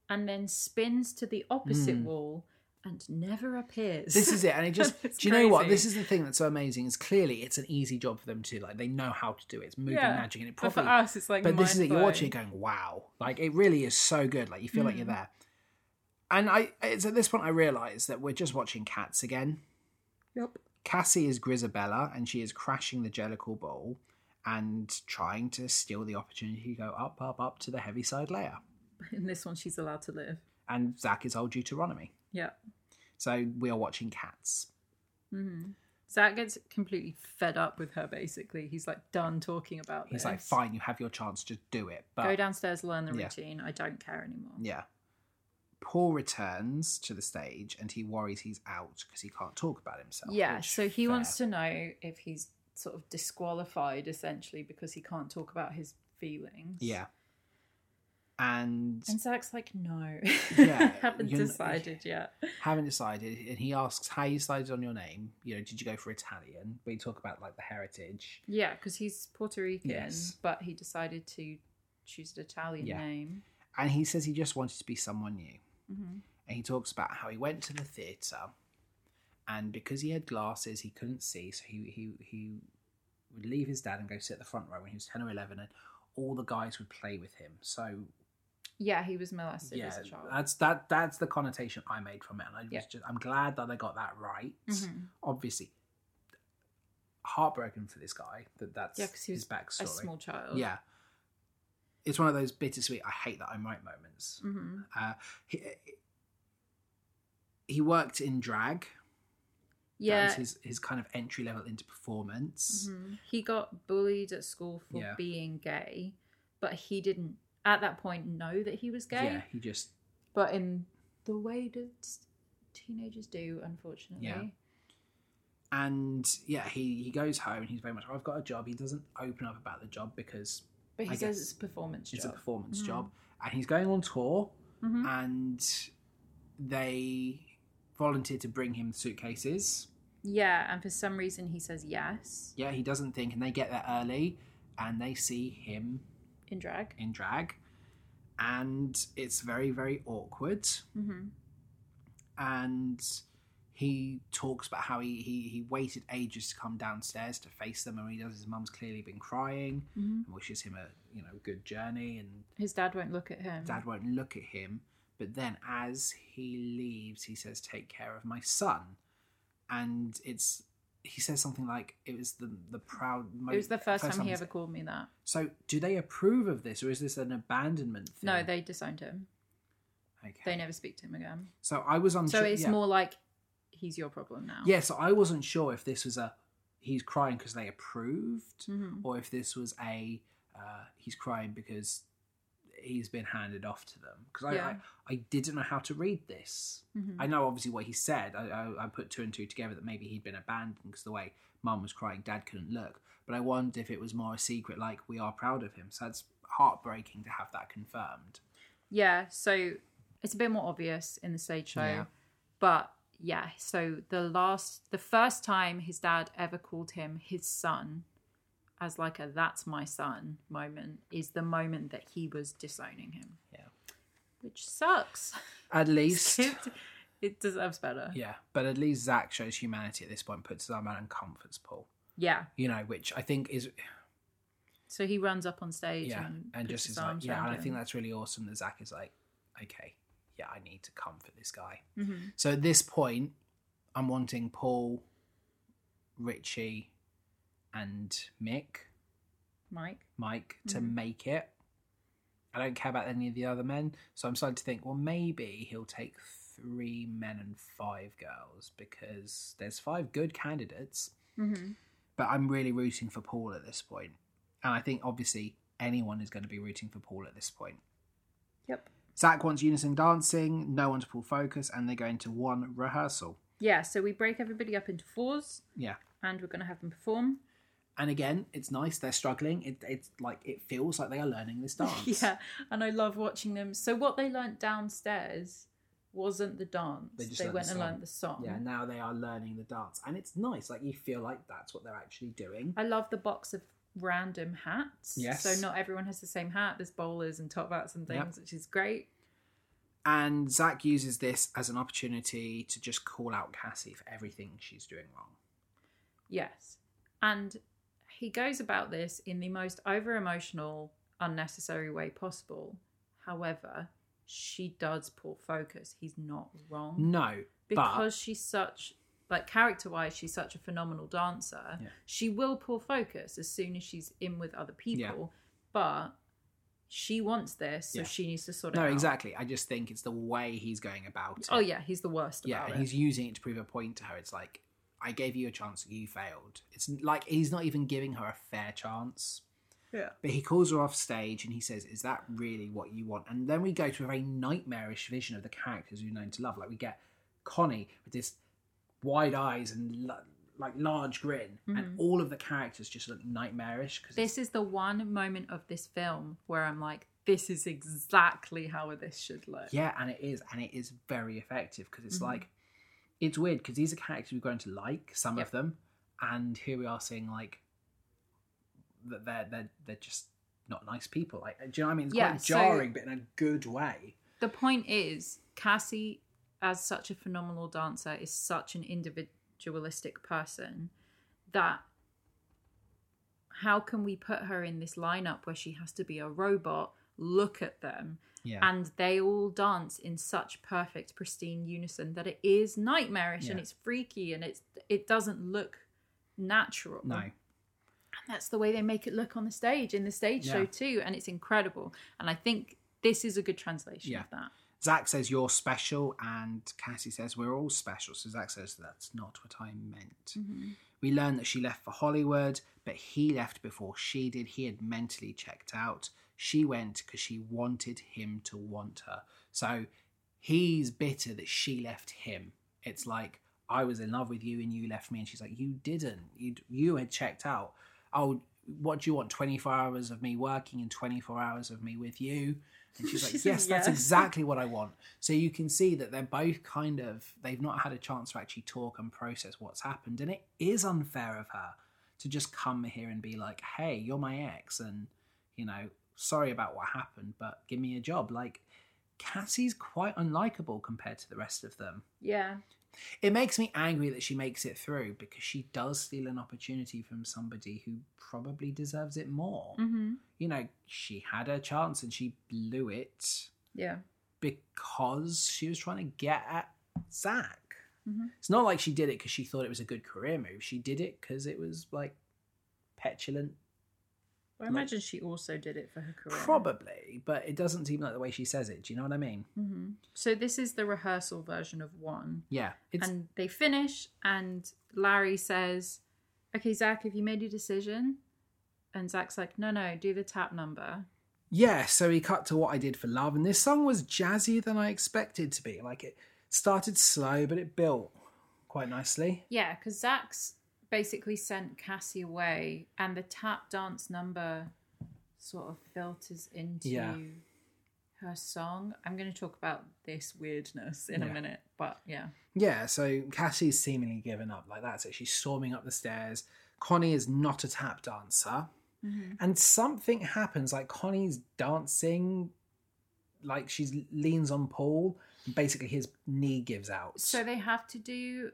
and then spins to the opposite
Mm.
wall and never appears.
this is it and
*laughs*
it just do
It's
you know what
crazy.
this is the thing that's so amazing is clearly it's an easy job for them to do like they know how to do it it's moving
Yeah.
magic and it
But *laughs* for
probably
us, it's like,
but this is it you're
mind-blowing.
watching it going wow like it really is so good like you feel like you're
Mm.
there and i it's at this point i realize that we're just watching cats again
Yep.
cassie is grisabella and she is crashing the jellicle ball and trying to steal the opportunity to go up up up to the heavy side layer
*laughs* In this one, she's allowed to live.
and zach is old deuteronomy
Yeah.
so we are watching cats
hmm Zach gets completely fed up with her, basically. He's like done talking about
he's
this.
like fine you have your chance just do it but
Go downstairs, learn the
Yeah.
routine. I don't care anymore.
Yeah. Paul returns to the stage and he worries he's out because he can't talk about himself.
yeah,
which,
so he
fair.
wants to know if he's sort of disqualified essentially because he can't talk about his feelings.
Yeah. And *laughs*
And Zach's like, no. *laughs*
Yeah,
Haven't
you're not-
decided yet.
haven't decided, and he asks how you decided on your name. You know, did you go for Italian? We talk about like the heritage.
Yeah, because he's Puerto Rican,
Yes.
but he decided to choose an Italian
Yeah.
name.
And he says he just wanted to be someone new.
hmm
And he talks about how he went to the theatre and because he had glasses, he couldn't see. So he, he, he would leave his dad and go sit at the front row when he was 10 or 11, and all the guys would play with him. So
Yeah, he was molested
yeah,
as a child.
that's that. That's the connotation I made from it. And I was
Yeah.
just, I'm glad that I got that right.
Mhm.
Obviously, heartbroken for this guy that that's
Yeah, 'cause he
his
was
backstory.
A small child.
yeah, it's one of those bittersweet. I hate that I'm right moments.
hmm
Uh, he he worked in drag. that
Yeah.
was his his kind of entry level into performance.
Mhm. He got bullied at school for
Yeah.
being gay, but he didn't at that point know that he was gay.
Yeah, he just
but in the way that teenagers do, unfortunately.
Yeah. and yeah he he goes home and he's very much I've got a job. He doesn't open up about the job because
But he
I
says
guess
it's a performance
it's
job.
a performance
Mhm.
job, Uh, and he's going on tour.
Mhm.
and they volunteer to bring him suitcases.
Yeah, and for some reason he says yes
Yeah, he doesn't think, and they get there early and they see him
in drag.
in
Mm-hmm.
drag, and it's very, very awkward.
hmm
and he talks about how he, he, he waited ages to come downstairs to face them and when he does his mum's clearly been crying and wishes him a you know good journey and
Mm-hmm. His dad won't look at him.
dad won't look at him but then as he leaves he says take care of my son and it's he says something like it was the the proud mo-
it was the first, time he
he's-
ever called me that.
so do they approve of this or is this an abandonment thing?
No, they disowned him.
okay.
They never speak to him again.
so i was unsure
So it's
yeah.
more like he's your problem now.
yeah so i wasn't sure if this was a he's crying because they approved
Mhm.
or if this was a uh, he's crying because he's been handed off to them because I,
Yeah.
I, I didn't know how to read this
Mhm.
i know obviously what he said I, I, I put two and two together that maybe he'd been abandoned because the way mum was crying dad couldn't look but i wondered if it was more a secret like we are proud of him so that's heartbreaking to have that confirmed
Yeah, so it's a bit more obvious in the stage show.
Yeah.
But yeah, so the last the first time his dad ever called him his son as like a that's my son moment is the moment that he was disowning him.
Yeah.
Which
*laughs*
sucks.
at least
it, it deserves better.
yeah but at least zach shows humanity at this point puts his arm out and comforts paul
Yeah.
you know which i think is
So he runs up on stage
yeah,
and,
and
puts
just
his
is like,
arms
yeah,
around
and I
him.
think that's really awesome that Zach is like, okay, yeah, I need to comfort this guy.
Mhm.
So at this point, I'm wanting Paul, Richie, and Mick,
Mike.
Mike to make it. I don't care about any of the other men, so I'm starting to think, well, maybe he'll take three men and five girls because there's five good candidates
hmm
but I'm really rooting for Paul at this point. And I think obviously anyone is going to be rooting for Paul at this point.
Yep.
Zach wants unison dancing, no one to pull focus, and they're going to one rehearsal.
Yeah, so we break everybody up into fours
Yeah.
and we're gonna have them perform.
And again, it's nice. They're struggling. It, it's like it feels like they are learning this
*laughs*
dance.
Yeah, and I love watching them. So what they learnt downstairs wasn't the dance.
They
They,
just learnt
went
the
and
song.
learnt the song.
Yeah. Now they are learning the dance, and it's nice. Like you feel like that's what they're actually doing.
I love the box of random hats.
Yes.
So not everyone has the same hat. There's bowlers and top hats and
Yep.
things, which is great.
And Zach uses this as an opportunity to just call out Cassie for everything she's doing wrong.
Yes. And he goes about this in the most over emotional, unnecessary way possible. However, she does pull focus. He's not wrong.
No,
because she's such like character wise she's such a phenomenal dancer
Yeah.
she will pull focus as soon as she's in with other people but she wants this so
Yeah.
she needs to sort it
No,
out
exactly. I just think it's the way he's going about it.
oh yeah he's the worst
yeah.
about
and
it.
he's using it to prove a point to her. It's like I gave you a chance, you failed. It's like he's not even giving her a fair chance.
yeah
But he calls her off stage and he says, "Is that really what you want?" And then we go to a very nightmarish vision of the characters we've known to love. Like we get Connie with this wide eyes and l- like large grin,
Mm-hmm.
and all of the characters just look nightmarish because
this is the one moment of this film where i'm like this is exactly how this Mm-hmm. should look
Yeah, and it is, and it is very effective because it's like it's weird because these are characters we've grown to like some
Yep.
of them, and here we are seeing like that they're they're they're just not nice people. Like, do you know what I mean? It's
Yeah,
quite
so-
jarring, but in a good way.
the point is cassie as such a phenomenal dancer is such an individualistic person that how can we put her in this lineup where she has to be a robot look at them
Yeah,
and they all dance in such perfect pristine unison that it is nightmarish and
Yeah.
it's freaky and it's it doesn't look natural
no,
that's the way they make it look on the stage in the stage show
Yeah.
too and it's incredible and i think this is a good translation
Yeah.
of that
Zach says you're special, and Cassie says we're all special. So Zach says that's not what I meant. We learn that she left for Hollywood, but he left before she did. He had mentally checked out. She went because she wanted him to want her. So he's bitter that she left him. It's like I was in love with you and you left me, and she's like, you didn't. You you had checked out. Oh, what do you want? Twenty four hours of me working and twenty four hours of me with you. And she's like,
She says,
yes, that's
"Yes."
exactly what I want. So you can see that they're both kind of they've not had a chance to actually talk and process what's happened, and it is unfair of her to just come here and be like, "Hey, you're my ex," and you know, sorry about what happened, but give me a job. Like Cassie's quite unlikable compared to the rest of them.
Yeah.
It makes me angry that she makes it through because she does steal an opportunity from somebody who probably deserves it more.
Mm-hmm.
You know, she had her chance and she blew it
Yeah.
because she was trying to get at Zach.
Mhm.
It's not like she did it because she thought it was a good career move. She did it because it was like petulant,
Well, I
Like-
imagine she also did it for her career.
probably, but it doesn't seem like the way she says it. Do you know what I mean?
hmm So this is the rehearsal version of one.
Yeah, it's
and they finish, and Larry says, Okay, Zach, have you made your decision? And Zach's like, No, no, do the tap number.
yeah, so he cut to what I did for love, and this song was jazzier than I expected to be. Like it started slow, but it built quite nicely.
Yeah, because Zach's basically sent Cassie away, and the tap dance number sort of filters into
Yeah.
her song. I'm going to talk about this weirdness in
Yeah.
a minute, but yeah.
Yeah, so Cassie's seemingly given up. Like that's it. She's storming up the stairs. Connie is not a tap dancer.
Mm-hmm.
And something happens, like Connie's dancing, like she leans on Paul, and basically his knee gives out.
So they have to do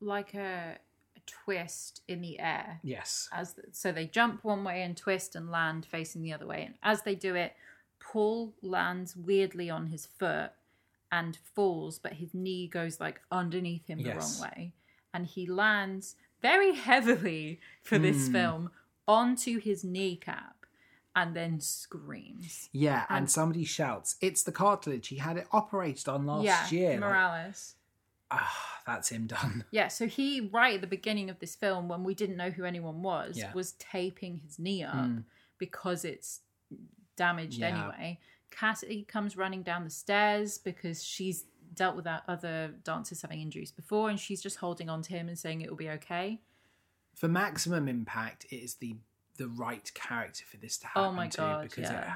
like a, a twist in the air.
yes.
as so they jump one way and twist and land facing the other way and as they do it paul lands weirdly on his foot and falls but his knee goes like underneath him
Yes.
the wrong way and he lands very *laughs* heavily for this
Hmm.
film onto his kneecap and then screams
Yeah, and,
And-
somebody shouts, "It's the cartilage. He had it operated on last
yeah
year." Like,
morales
ah, that's him done.
yeah so he right at the beginning of this film when we didn't know who anyone was
Yeah.
was taping his knee up
Mm.
because it's damaged
Yeah.
anyway. Cassie comes running down the stairs because she's dealt with that other dancers having injuries before and she's just holding on to him and saying it will be okay.
For maximum impact, it is the the right character for this to happen
Oh my
to
God,
because it
yeah.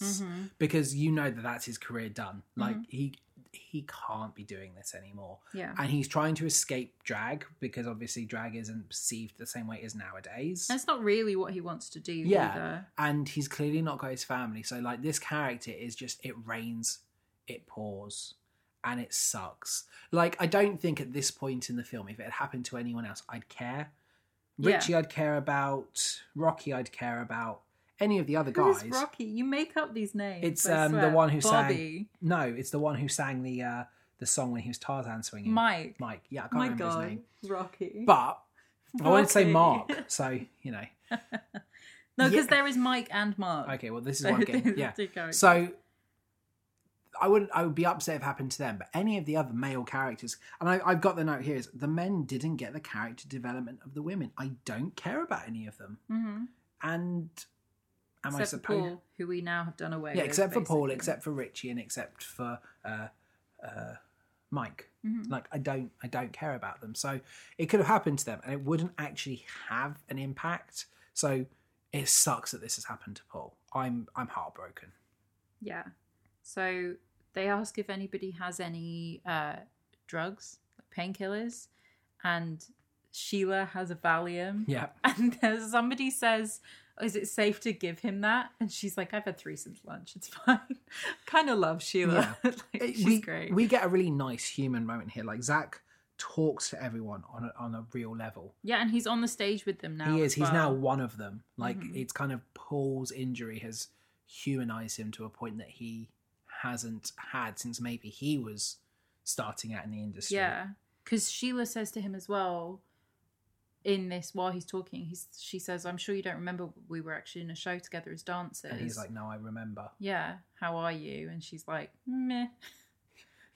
Mm-hmm.
hurts. because you know that that's his career done. Like he he can't be doing this anymore,
Yeah.
and he's trying to escape drag because obviously drag isn't perceived the same way it is nowadays.
That's not really what he wants to do
Yeah.
either.
and he's clearly not got his family, so like this character is just it rains, it pours, and it sucks. Like I don't think at this point in the film, if it had happened to anyone else, I'd care.
Yeah.
Richie, I'd care about. Rocky, I'd care about. Any of the other guys.
Who's Rocky? You make up these names.
It's,
I
um, the
swear.
one who sang-
Bobby,
No, it's the one who sang the uh, the song when he was Tarzan swinging.
Mike.
Mike. Yeah, I can't
My
remember
God,
his name.
Rocky.
But I wanted to say
Rocky.
Mark. So you know.
*laughs* no, because
Yeah.
there is Mike and Mark.
Okay, well this is
So *laughs*
one game.
there's
Yeah.
two characters.
So I wouldn't. I would be upset if it happened to them. But any of the other male characters, and I, I've got the note here is the men didn't get the character development of the women. I don't care about any of them.
Mhm.
And am I
except for
supposed?
Paul, who we now have done away
Yeah,
with,
except for Paul,
basically.
except for Richie, and except for uh, uh, Mike.
Mhm.
Like I don't, I don't care about them. So it could have happened to them, and it wouldn't actually have an impact. So it sucks that this has happened to Paul. I'm, I'm heartbroken.
Yeah. So they ask if anybody has any uh, drugs, like painkillers, and Sheila has a Valium.
Yeah,
*laughs* And there's somebody says, "Oh, "Is it safe to give him that?" And she's like, "I've had three since lunch. It's *laughs* fine." kind of love Sheila. *laughs* like,
It-
she's
Eh, we,
great.
We get a really nice human moment here. Like Zach talks to everyone on a, on a real level.
yeah, and he's on the stage with them now.
he
as
is. He's now
well.
one of them. Like
Mhm.
it's kind of Paul's injury has humanized him to a point that he hasn't had since maybe he was starting out in the industry.
Yeah, because Sheila says to him as well. In this, while he's talking, he's she says, "I'm sure you don't remember we were actually in a show together as dancers."
And he's like, no, I remember.
yeah, how are you? And she's like, meh.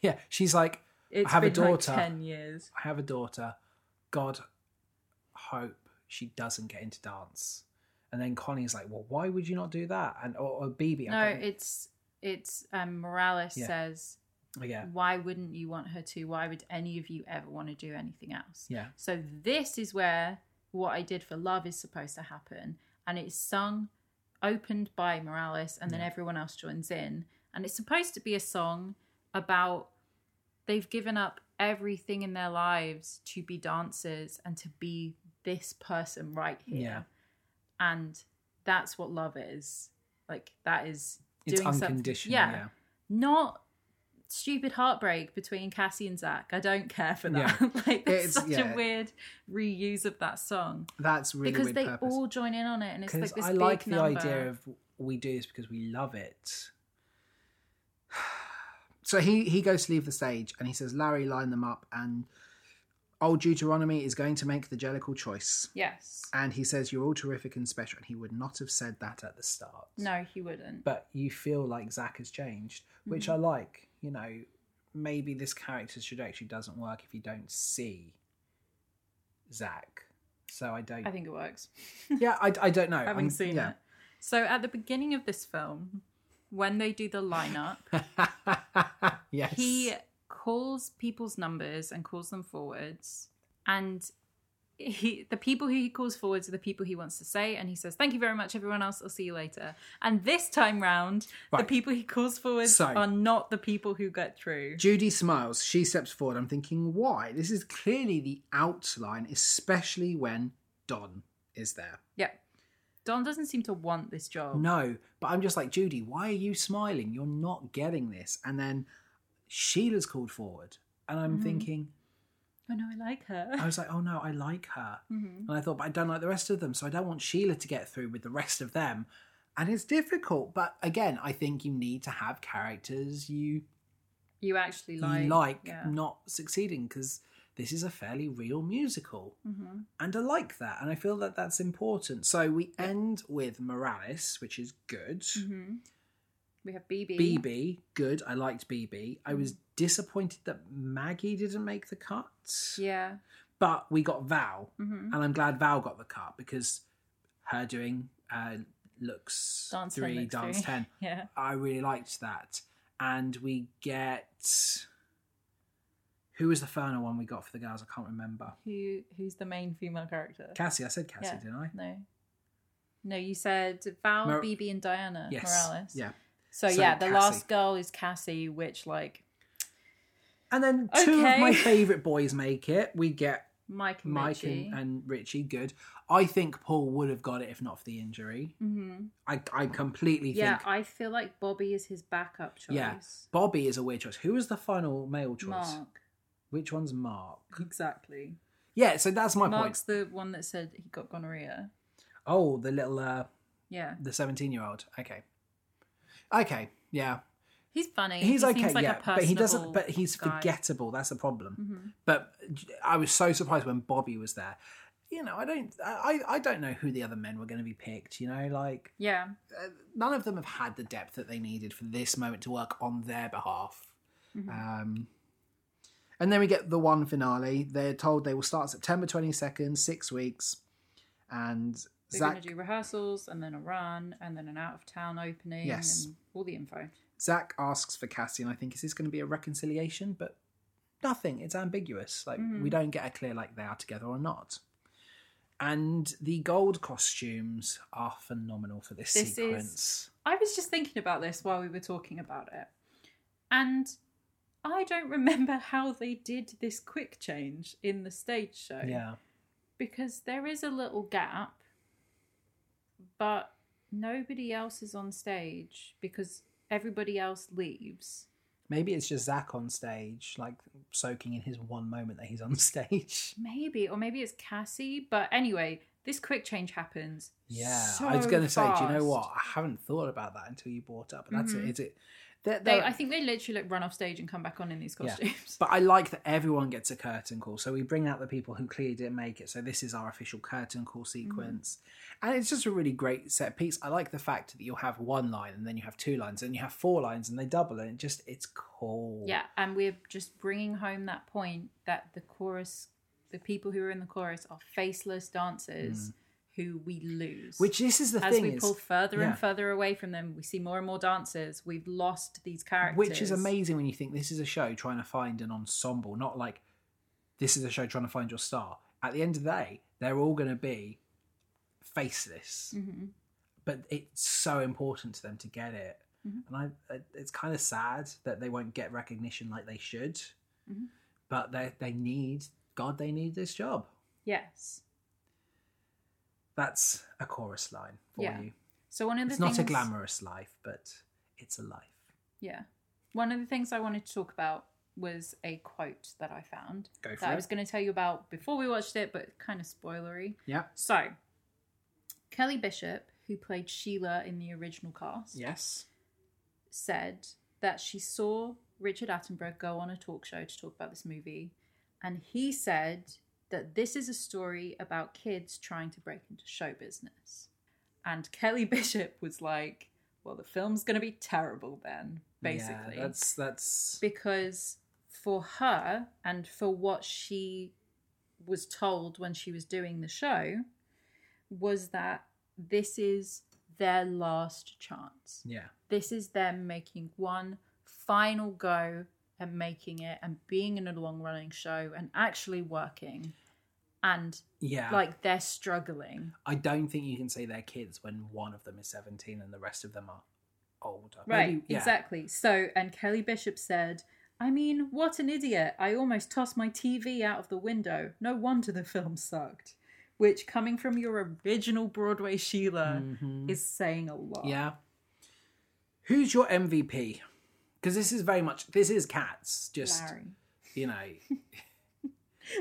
Yeah. She's like,
It's
have a
been like
daughter.
10 years.
I have a daughter. God, hope she doesn't get into dance. And then Connie's like, well, why would you not do that? And or, or BB. I
No,
can't-
it's, it's, um, Morales
Yeah.
says,
yeah,
why wouldn't you want her to? Why would any of you ever want to do anything else?
yeah.
So this is where what I did for love is supposed to happen. And it's sung, opened by Morales, and then
Yeah.
everyone else joins in. And it's supposed to be a song about they've given up everything in their lives to be dancers and to be this person right here. And that's what love is. Like that is
It's
doing something-
unconditional.
yeah.
yeah.
Not stupid heartbreak between Cassie and Zach. I don't care for that. *laughs* like
It's-
it's such
yeah.
a weird reuse of that song
That's really
because
weird
they
purpose.
all join in on it, and it's
Because
like this
I like
big
the
number.
idea of we do this because we love it. *sighs* So he he goes to leave the stage and he says, "Larry, line them up." And old Deuteronomy is going to make the Jellicle choice.
yes.
And he says, "You're all terrific and special." And he would not have said that at the start.
No, he wouldn't.
But you feel like Zach has changed, which
Mm.
I like. You know, maybe this character's trajectory doesn't work if you don't see Zach. So I don't.
I think it works.
yeah, I, I don't
*laughs*
know.
Having
I'm-
seen
yeah. *laughs*
it. So at the beginning of this film, when they do the lineup,
yes.
he calls people's numbers and calls them forwards and he the people who he calls forwards are the people he wants to say and he says thank you very much everyone else i'll see you later and this time round the
Right.
people he calls forwards
So-
are not the people who get through
Judy smiles. She steps forward. I'm thinking, why? This is clearly the outline, especially when Don is there.
yep don doesn't seem to want this job
No, but I'm just like, Judy, why are you smiling? You're not getting this. And then Sheila's called forward. And I'm
Mhm.
thinking,
oh no i like her *laughs*
I was like, oh no, I like her.
Mhm.
And I thought, but I don't like the rest of them. So I don't want Sheila to get through with the rest of them. And it's difficult. But again, I think you need to have characters you
you actually like
you like
yeah.
not succeeding because this is a fairly real musical
Mhm.
and i like that and i feel that that's important so we end with morales which is good
Mhm. we have bb
bb good i liked bb
Mm-hmm.
i was disappointed that maggie didn't make the cut
yeah
but we got val
hmm
and i'm glad val got the cut because her doing uh, looks
Dance 10
three
looks
dance
three.
10
yeah
I really liked that. And we get who was the final one we got for the girls? I can't remember.
who who's the main female character
Cassie, I said Cassie,
Yeah.
didn't I?
No. No, you said Val,
Mor-
BB, and Diana
Yes.
Morales.
Yeah.
So,
So
yeah, the
Cassie.
last girl is Cassie, which like
And then two of
Okay. *laughs*
my favourite boys make it. We get
Mike and
Mike and, and Richie. Good. I think Paul would have got it if not for the injury.
hmm
I, I completely
Yeah,
think
I feel like Bobby is his backup choice.
Yeah. Bobby is a weird choice. Who was the final male choice?
Mark.
Which one's Mark?
Exactly.
Yeah, so that's my point.
Mark's the one that said he got gonorrhea.
Oh, the little uh
Yeah.
the seventeen year old. Okay. Okay. Yeah.
He's funny.
he's
he
okay,
seems like
yeah,
a
but he doesn't.
personable
But he's
guy.
forgettable. That's a problem.
Mhm.
But I was so surprised when Bobby was there. You know, I don't, I, I don't know who the other men were going to be picked. You know, like
Yeah.
uh, none of them have had the depth that they needed for this moment to work on their behalf.
Mhm.
Um, and then we get the one finale. They're told they will start September twenty second, six weeks, and
They're
Zach
gonna do rehearsals and then a run and then an out of town opening
Yes.
and all the info.
Zach asks for Cassie, and I think, is this going to be a reconciliation? But nothing. It's ambiguous. Like
Mhm.
we don't get a clear like they are together or not. And the gold costumes are phenomenal for this,
This is-
sequence.
I was just thinking about this while we were talking about it. And I don't remember *laughs* how they did this quick change in the stage show.
Yeah.
Because there is a little gap, but nobody else is on stage because everybody else leaves.
Maybe it's just Zach on stage, like soaking in his one moment that he's on *laughs* stage.
Maybe, or maybe it's Cassie. But anyway, this quick change happens.
Yeah,
so
I was going to say, do you know
fast.
what? I haven't thought about that until you brought up. But that's
Mhm.
it. Is it? They're,
They,
they're-
I think they literally like run off stage and come back on in these
Yeah.
costumes.
But I like that everyone gets a curtain call. So we bring out the people who clearly didn't make it. So this is our official curtain call
Mm.
sequence. And it's just a really great set piece. I like the fact that you'll have one line and then you have two lines and you have four lines and they double and it just it's cool.
Yeah, and we're just bringing home that point that the chorus, the people who are in the chorus, are faceless dancers who we lose.
Mm. Which this is the
as
thing
we
is,
pull further
yeah.
and further away from them, we see more and more dancers. We've lost these characters,
which is amazing when you think this is a show trying to find an ensemble, not like this is a show trying to find your star. At the end of the day, they're all going to be faceless.
Mhm.
but it's so important to them to get it.
Mhm.
And I, I- it's kind of sad that they won't get recognition like they should.
Mhm.
But they they need God. They need this job.
Yes.
That's a chorus line for
Yeah.
you.
So one of the
It's not a
things-
glamorous life, but it's a life.
Yeah. One of the things I wanted to talk about was a quote that I found
Go for
that I
it.
was going to tell you about before we watched it, but kind of spoilery.
Yeah.
So, Kelly Bishop, who played Sheila in the original cast,
Yes.
said that she saw Richard Attenborough go on a talk show to talk about this movie, and he said that this is a story about kids trying to break into show business. And Kelly *laughs* Bishop was like, "Well, the film's going to be terrible then, basically."
Yeah, that's that's
because for her and for what she was told when she was doing the show was that this is their last chance.
yeah.
This is them making one final go at making it and being in a long running show and actually working. And
Yeah.
like they're struggling.
I don't think you can say they're kids when one of them is 17 and the rest of them are older.
Right,
Maybe- yeah.
exactly. So, and Kelly Bishop said, I mean, what an idiot. I almost tossed my TV out of the window. No wonder the *laughs* film sucked. Which, coming from your original Broadway Sheila,
Mhm.
is saying a lot.
Yeah. Who's your MVP? Because this is very much this is cats, just
Larry. *laughs*
you know.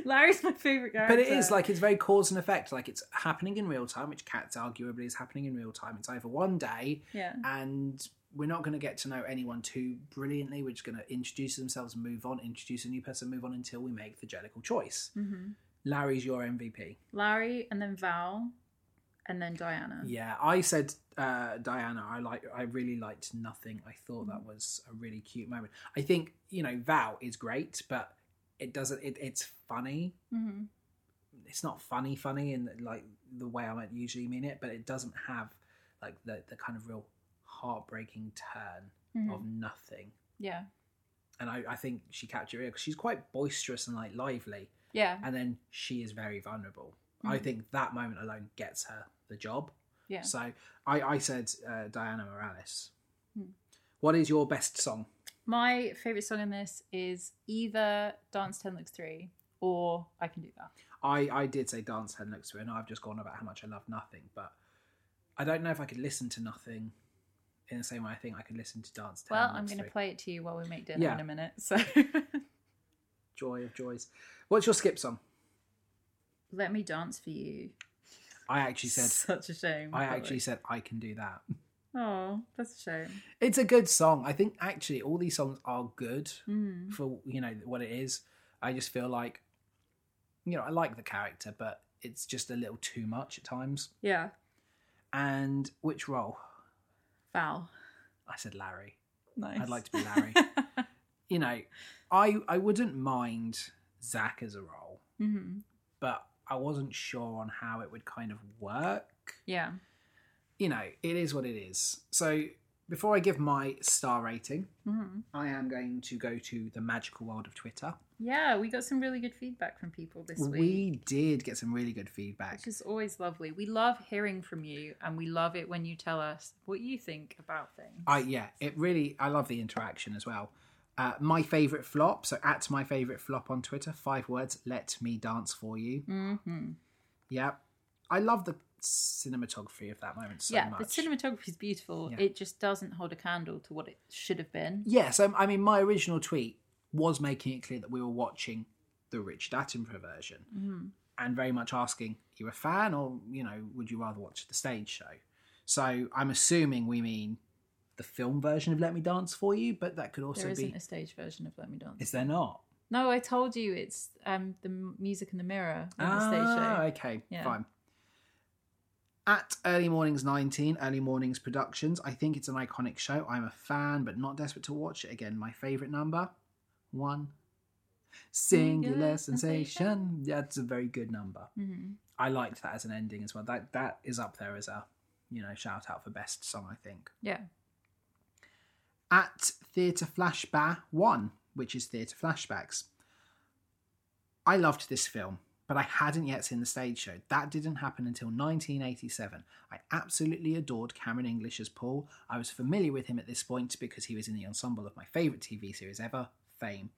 Larry's my favourite character.
But it is like it's very cause and effect. Like it's happening in real time, which cats arguably is happening in real time. It's over one day,
Yeah.
and we're not going to get to know anyone too brilliantly. We're just going to introduce themselves, move on, introduce a new person, move on until we make the Jellicle choice.
hmm
Larry's your MVP.
Larry and then Val and then Diana.
Yeah, I said uh, Diana. I like. I really liked nothing. I thought that was a really cute moment. I think you know Val is great, but it doesn't. It, it's funny.
hmm
It's not funny, funny in like the way I might usually mean it, but it doesn't have like the the kind of real heartbreaking turn
hmm
of nothing.
Yeah.
And I, I think she captured it because she's quite boisterous and like lively,
Yeah.
and then she is very vulnerable. I
Mhm.
think that moment alone gets her the job.
Yeah.
So I, I said uh, Diana Morales.
Hmm.
What is your best song?
My favourite song in this is either Dance 10 Looks 3 or I Can Do That.
I, I did say Dance Ten Looks Through, and I've just gone about how much I love Nothing, but I don't know if I could listen to Nothing in the same way I think I could listen to Dance Ten.
Well, I'm
Looks
going to
Through.
play it to you while we make dinner
Um, Yeah.
in a minute. *laughs* So
Joy of Joys. What's your skip song?
let me dance for you.
I actually said.
*laughs* such a shame.
I
but
actually
like-
said I can do that. *laughs*
Oh, that's a shame.
It's a good song. I think actually all these songs are good.
Mm.
for you know what it is. I just feel like you know I like the character, but it's just a little too much at times.
Yeah,
And which role?
foul.
I said Larry.
Nice.
I'd like to be
*laughs*
Larry. you know, I I wouldn't mind Zach as a role,
hmm
but I wasn't sure on how it would kind of work.
Yeah.
You know, it is what it is. So before I give my star rating,
hmm
I am going to go to the magical world of Twitter.
Yeah, we got some really good feedback from people this week,
We did get some really good feedback.
which is always lovely. We love hearing from you, and we love it when you tell us what you think about things.
I yeah, it really. I love the interaction as well. Uh, my favorite flop. So at my favorite flop on Twitter, five words. Let me dance for you.
hmm
Yeah, I love the cinematography of that moment so
yeah,
much.
the cinematography is beautiful.
Yeah.
It just doesn't hold a candle to what it should have been.
yeah, so um, I mean, my original tweet was making it clear that we were watching the Richard Attenborough version
Mhm.
and very much asking, "Are you a fan, or you know, would you rather watch the stage show?" So I'm assuming we mean the film version of "Let Me Dance for You," but that could also
There isn't
be.
a stage version of Let Me Dance.
Is there not?
No, I told you it's um the m- music in the mirror on the
Ah,
stage show.
okay,
Yeah.
fine. At Early Mornings 19, Early Mornings Productions, I think it's an iconic show. I'm a fan, but not desperate to watch it again. My favourite number? One.
Singular
Singular sensation. That's a very good number.
hmm
I liked that as an ending as well. That that is up there as a, you know, shout out for best song, I think.
Yeah.
at Theatre Flashback 1, which is Theatre Flashbacks. I loved this film, but I hadn't yet seen the stage show. That didn't happen until 1987. I absolutely adored Cameron English as Paul. I was familiar with him at this point because he was in the ensemble of my favourite TV series ever, Fame.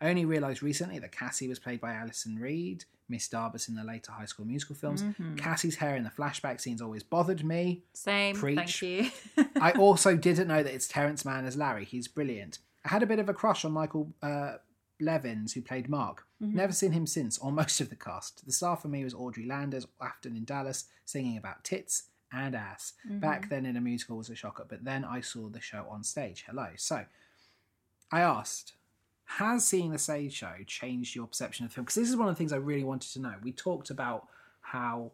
I only realised recently that Cassie was played by Alison Reed, Miss Darbus in the later High School Musical films.
Mhm.
Cassie's hair in the flashback scenes always bothered me.
Same.
Preach.
Thank you. *laughs*
I also didn't know that it's Terrence Mann as Larry. He's brilliant. I had a bit of a crush on Michael uh, Levins, who played Mark.
Mhm.
Never seen him since, or *laughs* most of the cast. The star for me was Audrey Landers, often in Dallas, singing about tits and ass. Back then in a musical was a shocker, but then I saw the show on stage. Hello. So I asked, has seeing the stage show changed your perception of the film? Because this is one of the things I really wanted to know. We talked about how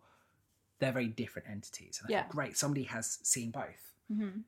they're very different entities. And I
Yeah.
thought, great, somebody has seen both.
Mhm.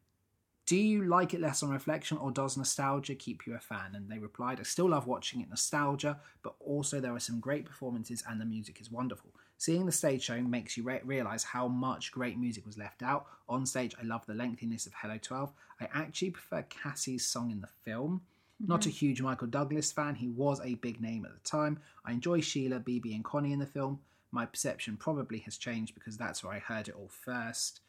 Do you like it less on reflection or does nostalgia keep you a fan? And they replied, I still love watching it, nostalgia, but also there are some great performances and the music is wonderful. Seeing the stage show makes you re- realize how much great music was left out. On stage, I love the lengthiness of Hello 12. I actually prefer Cassie's song in the film. Not a huge Michael Douglas fan, he was a big name at the time. I enjoy Sheila, BB, and Connie in the film. My perception probably has changed because that's where I heard it all first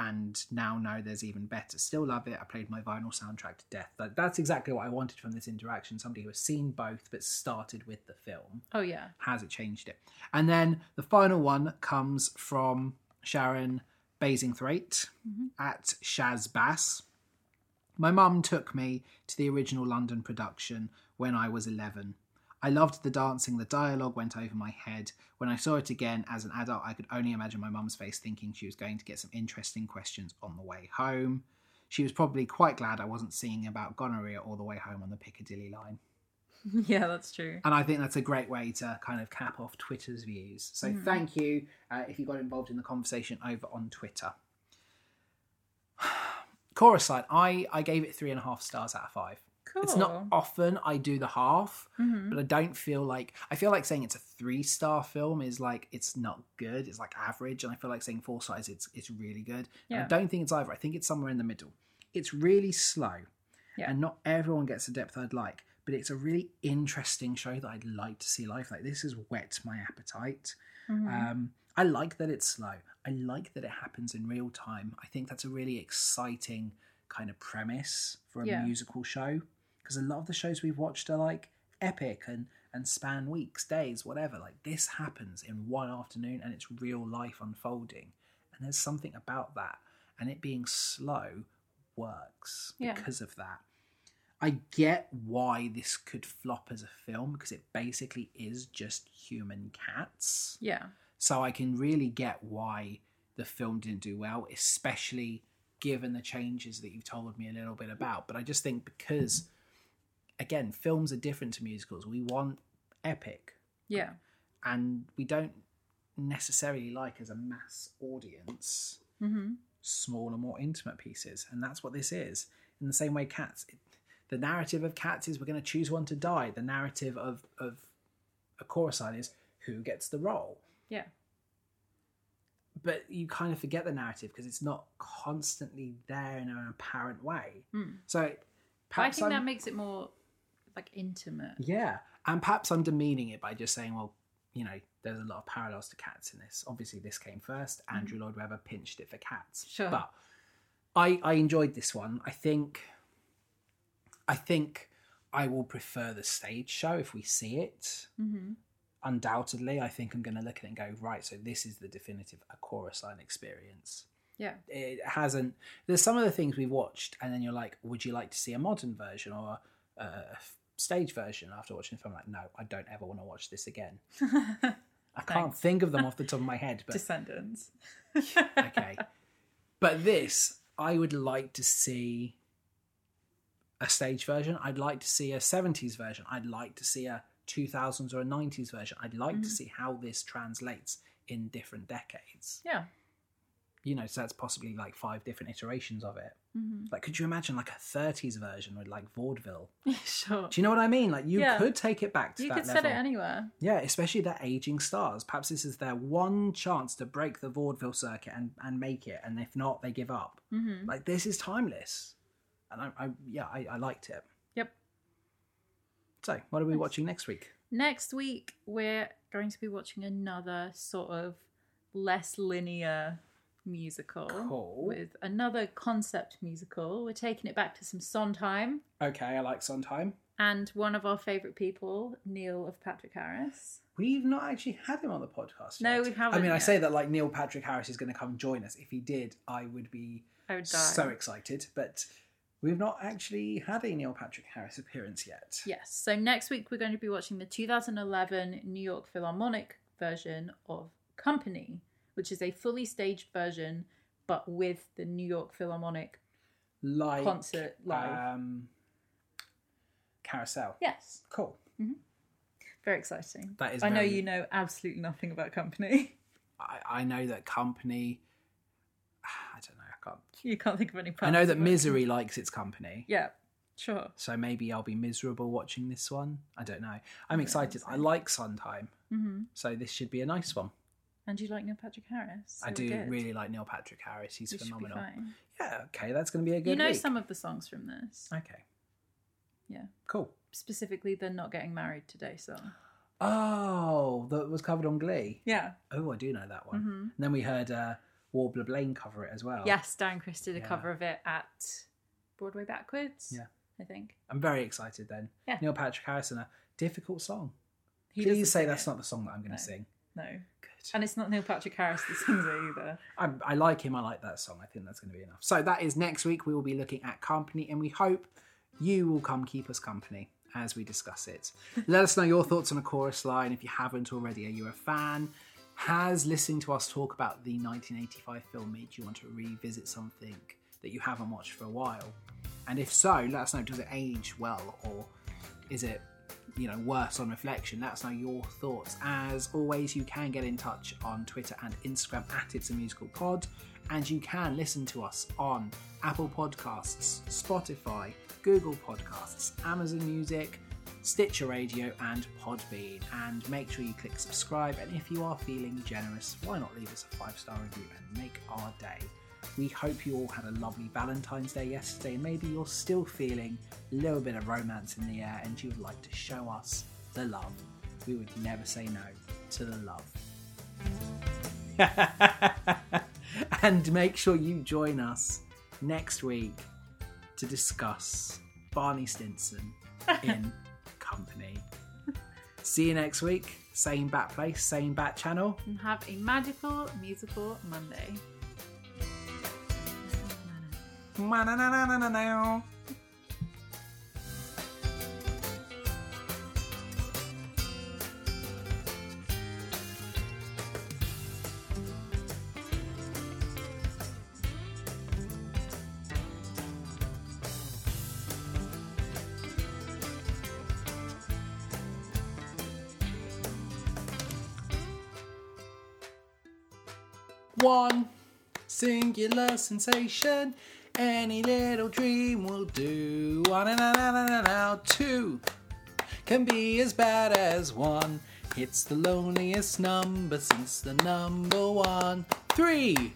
and now know there's even better. Still love it. I played my vinyl soundtrack to death. Like, that's exactly what I wanted from this interaction. Somebody who has seen both but started with the film.
Oh yeah. *laughs*
Has it changed it? And then the final one comes from Sharon Basingthwaite
Mhm.
at Shaz Bass. My mum took me to the original London production when I was 11. I loved the dancing, the dialogue went over my head. When I saw it again as an adult, I could only imagine my mum's face thinking she was going to get some interesting questions on the way home. She was probably quite glad I wasn't singing about gonorrhea all the way home on the Piccadilly line.
yeah, that's true.
And I think that's a great way to kind of cap off Twitter's views. So
Mhm.
thank you uh, if you got involved in the conversation over on Twitter. *sighs* Chorus line, I, I gave it three and a half stars out of five.
Cool.
It's not often I do the half,
Mhm.
but I don't feel like I feel like saying it's a three star film is like it's not good. It's like average, and I feel like saying four stars it's it's really good. And
Yeah.
I don't think it's either. I think it's somewhere in the middle. It's really slow,
Yeah.
and not everyone gets the depth I'd like. But it's a really interesting show that I'd like to see live. Like this has whet my appetite.
Mhm.
Um, I like that it's slow. I like that it happens in real time. I think that's a really exciting kind of premise for a
Yeah.
musical show because a lot of the shows we've watched are like epic and and span weeks, days, whatever. Like this happens in one afternoon and it's real life unfolding. And there's something about that and it being slow works
Yeah.
because of that. I get why this could flop as a film because it basically is just human cats.
yeah.
So I can really get why the film didn't do well, especially given the changes that you've told me a little bit about. But I just think because, again, films are different to musicals. We want epic,
Yeah.
and we don't necessarily like as a mass audience
hmm
smaller, more intimate pieces, and that's what this is. In the same way, cats. It, the narrative of cats is we're going to choose one to die. The narrative of of a chorus line is who gets the role.
Yeah.
But you kind of forget the narrative because it's not constantly there in an apparent way.
Mm.
So,
But I
perhaps
think
I'm-
that makes it more like intimate.
yeah, and perhaps I'm demeaning it by just saying, well, you know, there's a lot of parallels to cats in this. Obviously, this came first. Andrew Lloyd Webber pinched it for cats.
Hmm. Sure.
But I I enjoyed this one. I think I think I will prefer the stage show if we see it.
hmm
Undoubtedly, I think I'm going to look at it and go, right, so this is the definitive A Chorus Line experience *laughs*
Yeah.
it hasn't there's some of the things we've watched and then you're like would you like to see a modern version or a, a f- stage version after watching the film like no i don't ever want to watch this again i can't
Thanks.
think of them off the top of my head but
Descendants.
*laughs*
*laughs*
okay but this i would like to see a stage version i'd like to see a 70s version i'd like to see a 2000s or a 90s version i'd like to
Mhm.
see how this translates in different decades
Yeah.
you know so that's possibly like five different iterations of it
hmm
like, could you imagine like a 30s version with like vaudeville?
*laughs* sure.
Do you know what I mean? Like, you
Yeah.
could take it back to
You
that
could
level.
set it anywhere.
yeah, especially their aging stars. Perhaps this is their one chance to break the vaudeville circuit and, and make it. And if not, they give up.
hmm
Like, this is timeless. And I, I yeah, I, I liked it.
Yep.
So, what are we
Nice.
watching next week?
Next week, we're going to be watching another sort of less linear musical
Cool.
with another concept musical. We're taking it back to some Sondheim
Okay, I like Sondheim.
and one of our favourite people, Neil of Patrick Harris.
We've not actually had him on the podcast.
No,
yet.
we haven't
I mean, I
yet.
say that like Neil Patrick Harris is going to come join us. If he did, I would be
I would die.
so excited. But We've not actually had a Neil Patrick Harris appearance yet.
Yes. So next week we're going to be watching the 2011 New York Philharmonic version of Company, which is a fully staged version but with the New York Philharmonic.
Like
Concert live.
Um, Carousel.
Yes.
Cool.
Very exciting.
That is
I know
very-
you know absolutely nothing about Company. *laughs*
I, I know that company. *sighs* I don't know. I can't.
You can't think of any
I know
parts
that
of it.
misery likes its company.
Yeah. Sure.
So maybe I'll be miserable watching this one. I don't know. I'm excited. I like Suntime,
hmm
so this should be a nice one.
And you like Neil Patrick Harris? so
I
we're
do
good.
really like Neil Patrick Harris. He's
We should be
phenomenal.
fine.
Yeah. Okay, that's going to be a good.
You know
week.
some of the songs from this.
Okay.
Yeah.
Cool.
Specifically the Not Getting Married Today song.
Oh, that was covered on Glee.
Yeah.
Oh, I do know that one.
Mhm.
And then we heard uh, Warbler Blaine cover it as well.
Yes, Darren Chris did a
Yeah.
cover of it at Broadway Backwards.
Yeah.
I think.
I'm very excited then.
Yeah.
Neil Patrick Harris and a difficult song.
He doesn't
Please say
sing
that's
it.
not the song that I'm going
No.
to sing.
No.
Good.
And it's not Neil Patrick Harris that sings it
*laughs*
either.
I, I like him. I like that song. I think that's going to be enough.
So that is next week. We will be looking at company, and we hope you will come keep us company as we discuss it. Let us know your thoughts on a chorus line. If you haven't already, are you a fan? Has listening to us talk about the 1985 film made you want to revisit something that you haven't watched for a while? And if so, let us know. Does it age well, or is it you know worse on reflection let us know your thoughts as always you can get in touch on twitter and instagram at it's a musical pod and you can listen to us on apple podcasts spotify google podcasts amazon music stitcher radio and podbean and make sure you click subscribe and if you are feeling generous why not leave us a five star review and make our day we hope you all had a lovely Valentine's Day yesterday. Maybe you're still feeling a little bit of romance in the air and you would like to show us the love. We would never say no to the love. *laughs* and make sure you join us next week to discuss Barney Stinson in company. See you next week. Same bat place, same bat channel.
And have a magical musical Monday.
Ma-na-na-na-na-na. One singular sensation. Any little dream will do. One and a- na- na- na- na- two can be as bad as one. It's the loneliest number since the number one. Three.